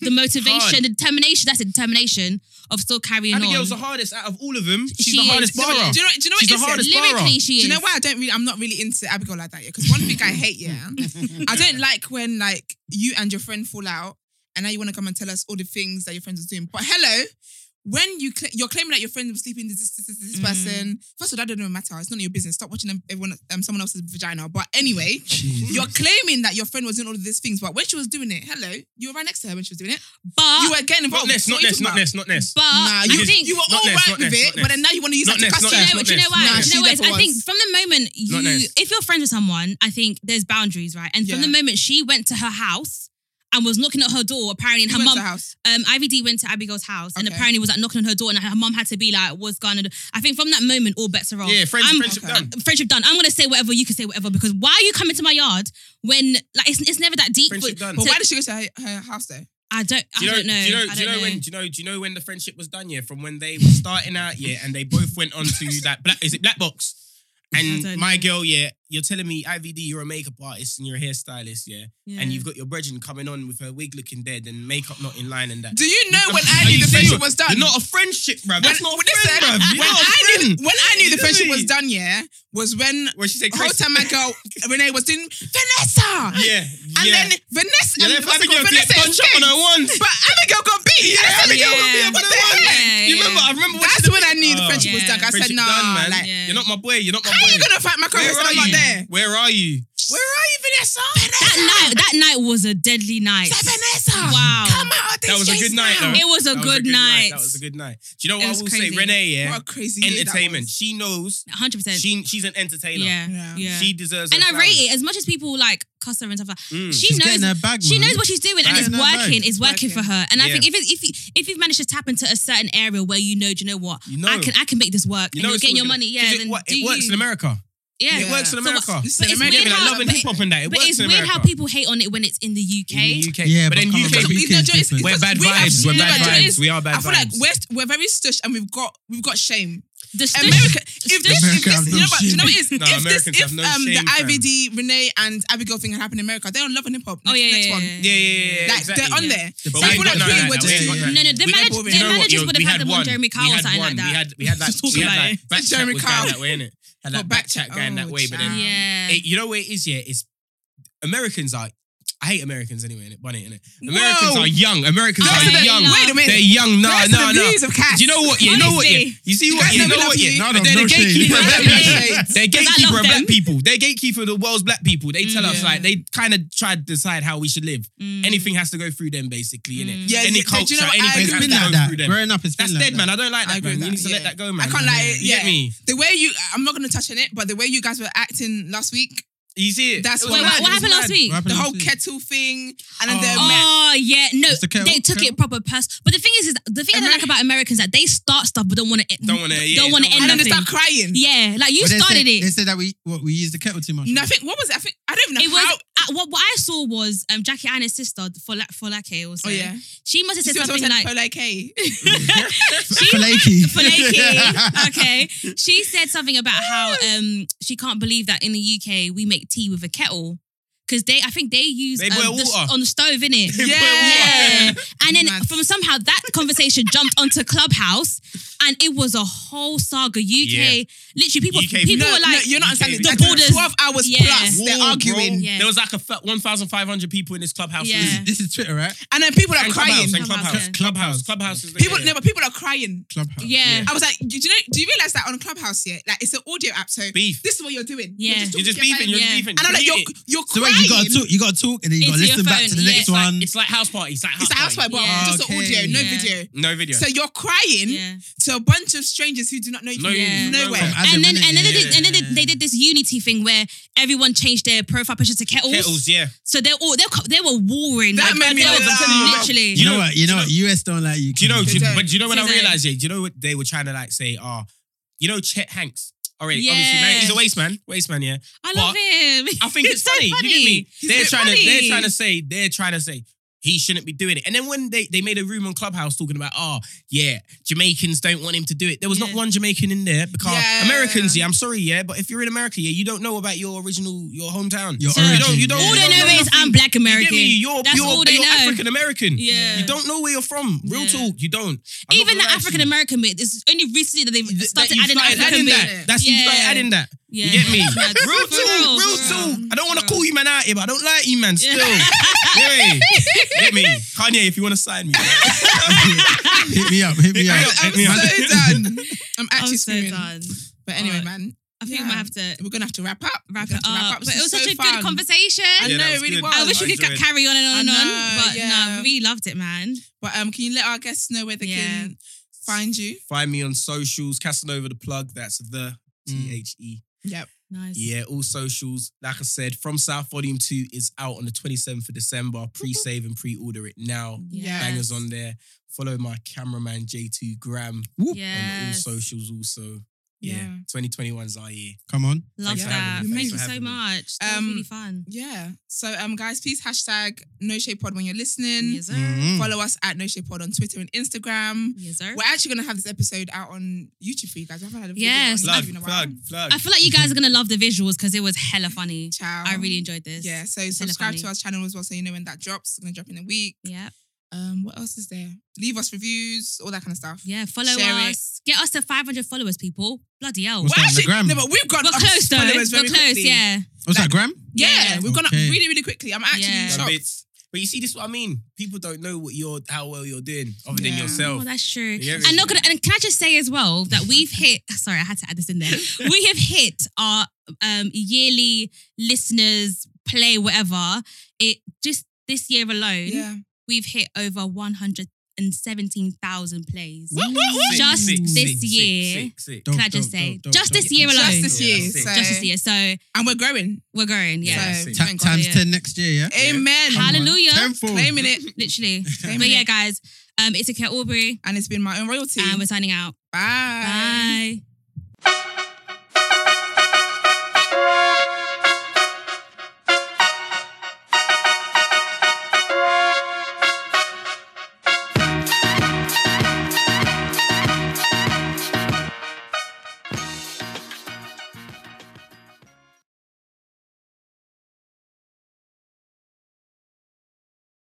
S3: the motivation, the determination. That's the determination of still carrying
S4: Abigail's the
S3: on.
S4: hardest out of all of them. She's
S3: She
S4: the
S3: is.
S4: hardest
S2: Do you know
S4: barra.
S2: what- do you know? Do you know
S4: She's the
S2: what it is?
S4: hardest
S2: yeah?
S4: barra.
S3: Lyrically, she
S2: Do
S3: is.
S2: you know why I don't really? I'm not really into Abigail like that. Yeah, because one thing I hate. Yeah, I don't like when like you and your friend fall out, and now you want to come and tell us all the things that your friend was doing. But hello, when you cla you're claiming that your friend was sleeping with this, this, this, this
S3: Mm.
S2: person, first of all, that doesn't even matter. It's none of your business. Stop watching them, everyone, um, someone else's vagina. But anyway, you're claiming that your friend was doing all of these things, but when she was doing it, hello, you were right next to her when she was doing it.
S3: But
S2: you were getting
S4: Uh, Not
S2: involved.
S4: Ness,
S2: What
S4: not
S2: are you
S4: Ness,
S2: talking
S4: not
S2: about?
S4: Ness, not Ness.
S3: but
S2: Nah, you,
S3: I think
S2: you were
S4: Not
S2: all
S4: Ness,
S2: right
S4: not
S2: with
S4: Ness,
S2: it,
S4: not
S2: but then
S4: Ness.
S2: now you want to use
S4: Not
S2: that to
S4: Ness,
S2: cuss
S4: not
S2: her
S3: Do
S2: out.
S3: you know,
S4: Not
S3: do you know
S4: nice.
S3: why?
S2: Nah,
S3: do you
S2: she
S3: know what? I
S2: definitely
S3: think
S2: was.
S3: from the moment
S4: Not
S3: you,
S4: nice.
S3: if your friend with someone, I think there's boundaries, right? And from
S2: Yeah.
S3: the moment she went to her house and was knocking at her door, apparently, and
S2: Who
S3: her
S2: went to
S3: mum,
S2: her house.
S3: um, IVD went to Abigail's house and
S2: Okay.
S3: apparently was like knocking on her door, and her mum had to be like, "What's going on?" I think from that moment, all bets are off.
S4: Yeah, friends,
S3: I'm-
S4: friendship
S2: okay.
S4: done.
S3: Uh, friendship done. I'm gonna say whatever you can say whatever because why are you coming to my yard when like it's, it's never that deep?
S4: Friendship done.
S2: But
S3: So-
S2: why did she go to her, her house though?
S3: I don't. I
S4: Do you know,
S3: don't know.
S4: Do you know,
S3: I
S4: do you
S3: don't
S4: know
S3: know.
S4: when? Do you know? Do you know when the friendship was done? Yeah, from when they were starting out. Yeah, and they both went on to that. Black, is it Black Box?
S3: I
S4: And
S3: don't
S4: my
S3: know.
S4: girl, yeah, you're telling me IVD, you're a makeup artist and you're a hairstylist, yeah,
S3: Yeah.
S4: and you've got your brethren coming on with her wig looking dead and makeup not in line and that.
S2: Do you know when
S4: Are
S2: I knew
S4: you
S2: the
S4: serious?
S2: friendship was done?
S4: You're not a friendship, bruv. That's not a
S2: Listen,
S4: friend, bruv. You're
S2: when,
S4: not a
S2: I knew,
S4: friend.
S2: when I knew the friendship
S4: Really?
S2: was done, yeah, was when
S4: Where she said,
S2: whole
S4: Chris,
S2: time my girl Renee was doing Vanessa.
S4: yeah,
S2: And
S4: yeah.
S2: then Vanessa,
S4: yeah,
S2: and
S4: left
S2: what's it
S4: Abigail
S2: called?
S4: to get
S2: Vanessa
S4: punch up on
S2: escaped.
S4: her once.
S2: But Abigail got beat.
S4: Yeah,
S2: I said,
S4: Abigail got
S3: yeah.
S4: beat up on her
S2: What the
S4: once.
S3: heck?
S4: You remember? I remember. watching
S2: That's
S4: the
S2: when I knew the
S4: Oh.
S2: friendship was done. I said,
S4: Friendship
S2: nah,
S4: done, man.
S2: like,
S3: Yeah.
S4: You're not my boy. You're not my
S2: how
S4: boy.
S2: are you gonna fight my
S4: Where
S2: career when I'm
S4: are
S2: not
S4: you?
S2: there?
S4: Where are you?
S2: Where are you, Vanessa?
S3: that
S2: Vanessa!
S3: night? That night was a deadly night.
S2: Say, Vanessa!
S3: Wow.
S2: Come out of this
S4: That was a
S2: chase
S4: good night,
S2: now.
S4: though.
S3: It was a
S4: That
S3: good night.
S4: That was a good night. Do you know
S3: It
S4: what I
S3: was
S4: will
S3: crazy.
S4: say? Renee, yeah,
S2: What a crazy year that
S4: entertainment.
S2: was.
S4: She knows.
S3: Hundred percent.
S4: She she's an entertainer.
S3: Yeah.
S2: Yeah.
S3: Yeah.
S4: She deserves.
S3: and
S4: her
S3: I rate
S4: flowers.
S3: it as much as people like cuss her and stuff like. that.
S4: Mm.
S3: She
S5: She's
S3: knows.
S5: getting her bag,
S3: She
S5: man.
S3: knows what she's doing, and
S4: Right.
S3: it's
S5: Getting her bag.
S3: working. It's working for
S2: Working.
S3: her, and I
S4: Yeah.
S3: think if it, if you, if you've managed to tap into a certain area where you know, do you know what,
S4: You know.
S3: I can I can make this work,
S4: You
S3: and
S4: know
S3: you're
S4: it's
S3: getting
S4: always
S3: your
S4: gonna-
S3: money, yeah,
S4: 'cause
S3: then
S4: It, wo-
S3: do
S4: it works
S3: you.
S4: in America.
S3: yeah,
S4: It works
S3: So what-
S4: in America.
S3: but it's
S2: But it's
S3: weird
S4: Yeah, like
S3: how-
S4: love and
S3: but
S4: hip hop and that. It
S3: But
S4: works
S3: it's
S4: in
S3: weird how
S4: America.
S3: people hate on it when it's in the UK.
S4: in the UK.
S5: Yeah,
S4: but
S5: but
S4: then
S5: come on,
S4: UK,
S5: baby.
S2: We- no,
S5: Weekend's
S2: do you know, it's-
S5: different.
S4: we're
S2: it's-
S4: bad
S2: we have-
S4: vibes. We're
S2: no,
S4: bad
S2: but do you know,
S4: vibes.
S2: it's-
S4: We are
S2: I
S4: bad
S2: feel like
S4: vibes.
S2: we're we're very stush and we've got we've got shame.
S3: The stush-
S2: America, if this, if
S5: America
S2: this,
S5: have
S2: you
S5: no
S2: know what, do you know what it is?
S4: shame. Nah,
S2: if this,
S4: Americans
S2: if
S4: have no
S2: um, the
S4: shame, fam.
S2: IVD, Renee and Abigail thing had happened in America, they're on Love and Hip Hop.
S3: Oh
S2: next-
S3: yeah,
S2: next
S3: yeah,
S2: one.
S3: yeah,
S4: Yeah, yeah, yeah, yeah.
S2: Like
S4: exactly.
S2: they're on there. So
S4: But we
S2: I
S4: ain't
S2: feel
S4: got
S2: like
S4: none
S2: we
S4: of
S2: were
S4: that.
S2: just
S4: We ain't got
S5: Yeah.
S4: none of
S3: No, no,
S4: that.
S3: their,
S2: We
S3: manage-
S2: had one.
S3: their
S4: Do you know what?
S3: managers
S4: Yo,
S3: would have
S4: we
S3: had them on
S4: one.
S3: Jeremy Kyle
S4: we
S3: or
S4: had
S3: something like
S4: one.
S3: that.
S4: We had, we had that.
S2: Talk
S4: We had
S2: about
S4: that.
S2: it.
S4: Back chat
S2: Jeremy
S4: was going
S2: Kyle.
S4: that way, innit? Had
S2: Oh,
S4: that back
S2: back
S4: chat
S2: chat.
S4: going that
S2: Oh,
S4: way, but then
S2: child.
S3: yeah.
S4: It- you know what it is, yeah? It's Americans are. I hate Americans anyway, innit? Bunny, innit?
S2: Whoa.
S4: Americans are young. Americans
S3: Those
S4: are
S3: are the-
S4: young.
S3: no.
S2: Wait a minute.
S4: They're young. No,
S2: Those are
S4: no,
S2: the
S4: no.
S2: views of cats.
S4: Do you know what? Yeah, you know what? Yeah,
S3: Honestly.
S4: you see what?
S2: Guys,
S4: Yeah, you
S2: no, we
S4: know
S2: love
S4: what? Yeah,
S2: you.
S4: no,
S5: No,
S4: they're
S5: no
S4: the
S5: shade.
S4: gatekeeper of
S3: No
S4: black
S3: shade.
S4: people. They're gatekeeper of
S3: love
S4: black
S3: them.
S4: people. They're gatekeeper of the world's black people. They tell us
S2: Yeah.
S4: like they kind of try to decide how we should live.
S3: Mm.
S4: Anything has to go through them, basically,
S3: Mm.
S4: innit?
S2: Yeah,
S4: any
S2: yeah, but
S4: culture,
S2: do you know what? I
S4: anything
S5: It's
S2: agree
S4: has
S5: been
S4: to
S5: like
S4: go through
S5: that.
S4: them.
S5: Growing up, it's been
S4: That's
S5: like
S4: dead,
S5: that.
S4: man. I don't like
S2: I
S4: that,
S2: agree
S4: man.
S2: with
S4: You need
S2: that,
S4: to let
S2: yeah.
S4: that go,
S2: I
S4: man.
S2: can't lie,
S4: You get
S2: yeah.
S4: me?
S2: The way you, I'm not going to touch on it, but the way you guys were acting last week,
S4: You see it?
S2: That's
S4: It was
S3: Wait,
S2: Well,
S3: what,
S4: mad, it
S3: what
S4: was
S3: happened last
S4: mad.
S3: week?
S5: What happened
S2: the
S5: last
S2: whole
S5: week?
S2: kettle thing, and then
S4: Oh.
S2: the Met.
S3: Oh yeah, no,
S5: It's the kettle-
S3: they took
S5: kettle.
S3: it proper pers. But the thing is, is that- the thing I don't like
S2: Ameri-
S3: about Americans is that they start stuff but don't want to.
S4: Don't wanna- yeah,
S3: don't want to
S4: don't
S3: end
S2: and then they
S3: nothing.
S2: start crying.
S3: Yeah, like you
S5: But they
S3: started
S5: said- They
S3: it.
S5: said that we what we used the kettle too much.
S2: Nothing. What was it? I think I don't even know
S3: It
S2: how.
S3: was uh, what what I saw was um, Jackie Anna's sister for Folake also.
S2: Oh yeah.
S3: she must have
S2: She
S3: said
S2: was
S3: something like
S2: like, "Hey,
S5: Flaky.
S3: Flaky. okay. She said something about how um she can't believe that in the UK we make tea with a kettle. Cause they, I think they use
S4: They
S3: um,
S4: boil
S3: the,
S4: water.
S3: on the stove, innit?
S4: They boil
S3: yeah. And then
S2: Mad.
S3: from somehow that conversation jumped onto Clubhouse, and it was a whole saga. UK,
S4: Yeah.
S3: literally, people,
S4: UK
S3: people
S2: no,
S3: were like,
S2: no, you're not understanding.
S4: The
S2: I think
S3: borders-
S2: Twelve hours
S3: Yeah.
S2: plus.
S4: War,
S2: They're
S4: bro.
S2: arguing,
S3: Yeah.
S4: There was like a fa- 1,500 people in this clubhouse.
S3: Yeah.
S4: This is-
S5: This is Twitter, right?
S2: and then people are
S4: And
S2: crying.
S4: Clubhouse, and
S3: Clubhouse,
S4: clubhouse,
S3: yeah.
S4: clubhouse, clubhouse. is the-
S2: People,
S4: yeah.
S2: no, but people are crying.
S5: Clubhouse.
S3: yeah,
S4: Yeah.
S2: I was like, do you know? Do you realize that on Clubhouse yet? Like it's an audio app, so
S4: beef.
S2: this is what you're doing.
S3: Yeah.
S4: You're
S2: talking
S4: just
S2: to your
S4: beefing. You're
S2: friends.
S3: Yeah.
S4: beefing.
S2: And I'm like,
S4: You
S2: you're
S4: hate it.
S2: you're
S5: So
S2: crying.
S5: wait, you gotta talk, you gotta talk, and then you gotta
S3: Into your
S5: listen back
S3: phone,
S5: to the
S3: yeah,
S5: next
S3: it's like-
S5: one.
S4: It's like house party. It's like house,
S2: It's a house fight, but
S3: Yeah.
S2: just an audio,
S5: Okay.
S2: no
S3: Yeah.
S2: video.
S4: No video.
S2: So you're crying
S3: yeah.
S2: to a bunch of strangers who do not know you.
S4: No,
S2: from
S3: Yeah.
S2: nowhere.
S4: no.
S5: Adam,
S3: And then,
S5: innit?
S3: and then, they did, and then
S5: Yeah.
S3: they, they did this unity thing where everyone changed their profile picture to kettles.
S4: Kettles, yeah.
S3: So they're all they're, co- they were warring.
S2: That
S3: like,
S2: made me
S3: they were
S2: laugh. I'm telling you,
S3: literally.
S5: You
S4: You
S5: know
S4: know-
S5: what? You
S4: do
S5: know
S4: you
S5: what? US don't like you.
S4: Do you know? Do you,
S2: Today.
S4: but do you know when I
S3: Today.
S4: realized? Yeah. Do you know what they were trying to like say? Ah, you know Chet Hanks. All right, obviously,
S3: Yeah.
S4: man, he's a waste man. Waste man, yeah.
S3: I love him.
S4: I think
S3: He's
S4: it's
S3: so
S4: funny. You get me?
S3: He's
S4: they're
S3: so
S4: trying to. They're
S3: funny.
S4: trying to say. They're trying to say. He shouldn't be doing it. And then when they, they made a room on Clubhouse talking about, oh, yeah, Jamaicans don't want him to do it. There was not
S2: Yeah.
S4: one Jamaican in there because
S2: Yeah.
S4: Americans, yeah, I'm sorry, yeah, but if you're in America, yeah, you don't know about your original, your hometown.
S5: Your
S4: So you don't, you
S5: origin,
S4: don't,
S5: yeah.
S3: all
S4: you
S3: they
S4: don't
S3: know is I'm
S4: nothing.
S3: black
S4: You get
S3: American.
S4: me? You're,
S3: That's
S4: you're,
S3: all they
S4: you're
S3: know.
S4: African American.
S3: Yeah.
S4: You don't know where you're from. Real
S3: Yeah.
S4: talk, you don't. I'm not
S3: Even the
S4: gonna lie to
S3: African
S4: you.
S3: American bit. It's only recently that they've
S4: Th-
S3: started
S4: that you
S3: adding
S4: started
S3: African
S4: adding
S3: bit.
S4: that. That's you started
S3: Yeah.
S4: adding that.
S3: Yeah.
S4: You get me?
S3: That's mad.
S4: Real
S3: For
S4: talk, real
S3: for
S4: talk. I don't want to
S2: Yeah.
S4: call you man out here, but I don't like you, man. Still,
S3: Yeah.
S4: yeah. get me, Kanye. If you want to sign me,
S5: hit me up, hit me
S4: Yeah,
S5: up.
S2: I'm,
S4: yeah.
S2: so done. I'm
S3: I'm
S2: actually
S3: so
S2: screaming.
S3: done.
S2: But anyway,
S3: Alright.
S2: man,
S3: I think
S2: Yeah.
S3: we might have to
S2: we're gonna have to wrap up. We're
S3: wrap it
S2: gonna
S3: up.
S2: have to
S3: But
S2: This
S3: it was
S2: is
S3: such
S2: so
S3: a good
S2: fun.
S3: conversation.
S2: I
S4: Yeah,
S2: know,
S4: that
S2: it
S4: was
S2: really
S4: good.
S2: was.
S3: I wish
S4: I
S3: we could
S4: enjoyed it.
S3: carry on and on and
S2: I
S3: on,
S2: know,
S3: but
S2: yeah.
S3: no, we loved it, man.
S2: But um, can you let our guests know where they
S3: Yeah.
S2: can find you?
S4: find me on socials. Casanova the plug. That's the
S5: Mm.
S4: T H E.
S2: Yep.
S3: Nice.
S4: Yeah, all socials. Like I said, from South Volume Two is out on the twenty seventh of December. Pre-save and pre-order it now.
S2: Yeah.
S4: Bangers on there. Follow my cameraman J2 Graham
S3: Yes.
S4: on all socials also. Yeah.
S2: Yeah.
S4: 2021 is our year.
S5: Come on.
S3: Love
S4: Thanks for
S3: that.
S4: having me.
S3: Thank
S4: Thanks
S3: you
S4: for
S3: so
S4: having me.
S3: much. That
S2: Um,
S3: was really fun.
S2: Yeah. So um, guys, please hashtag No Shade Pod when you're listening.
S3: Yes, sir.
S5: Mhm.
S2: Follow us at No Shade Pod on Twitter and Instagram.
S3: Yes, sir.
S2: We're actually gonna have this episode out on YouTube for you guys. I haven't had a video
S3: Yes.
S2: on
S4: Plug,
S2: YouTube in a while.
S4: plug, plug.
S3: I feel like you guys are gonna love the visuals because it was hella funny.
S2: Ciao.
S3: I really enjoyed this.
S2: Yeah. So
S3: hella
S2: subscribe
S3: funny.
S2: to our channel as well, so you know when that drops. It's gonna drop in a week.
S3: Yeah.
S2: Um, what else is there? Leave us reviews, all that kind of stuff.
S3: Yeah. Follow
S2: Share it.
S3: us. Get us to 500 followers, people. Bloody hell.
S5: What's
S2: Well,
S5: that, on the
S2: actually,
S5: gram?
S2: no, but we've got
S3: We're close though. We're close. Yeah.
S5: What's that, Graham?
S2: Yeah,
S3: Yeah.
S2: we've gone up
S5: Okay.
S2: really, really quickly. I'm actually
S3: Yeah.
S4: Plug
S2: shocked.
S4: bits. But you see, this is what I mean. People don't know what you're, how well you're doing, other than
S2: Yeah.
S4: yourself.
S3: Oh, that's true.
S4: Yeah.
S3: And not gonna, and can I just say as well that we've hit? Sorry, I had to add this in there. We have hit our um, yearly listeners play whatever. It just this year alone,
S2: Yeah.
S3: we've hit over one hundred and seventeen thousand plays.
S4: Sick,
S3: Just
S4: sick,
S3: this
S4: sick, sick,
S3: year.
S4: sick, sick.
S5: Dope,
S3: Can I just
S5: dope,
S3: say,
S5: dope, dope,
S3: just
S5: dope.
S3: this year alone,
S2: Just
S3: just
S2: this
S4: Yeah,
S2: year.
S4: that's it.
S2: So,
S3: this year. So
S2: And we're growing.
S3: we're going. Yeah.
S4: Yeah.
S2: So,
S4: Same.
S5: Ta-
S2: thank God.
S5: times
S3: yeah.
S5: 10 next year, yeah?
S2: Amen.
S5: Come on.
S3: Hallelujah.
S5: Tenfold.
S2: Claiming it.
S3: Literally.
S2: Claiming
S3: but yeah,
S2: it.
S3: guys, um, it's a Aubrey,
S2: And it's been my own royalty.
S3: and we're signing out.
S2: Bye.
S3: Bye.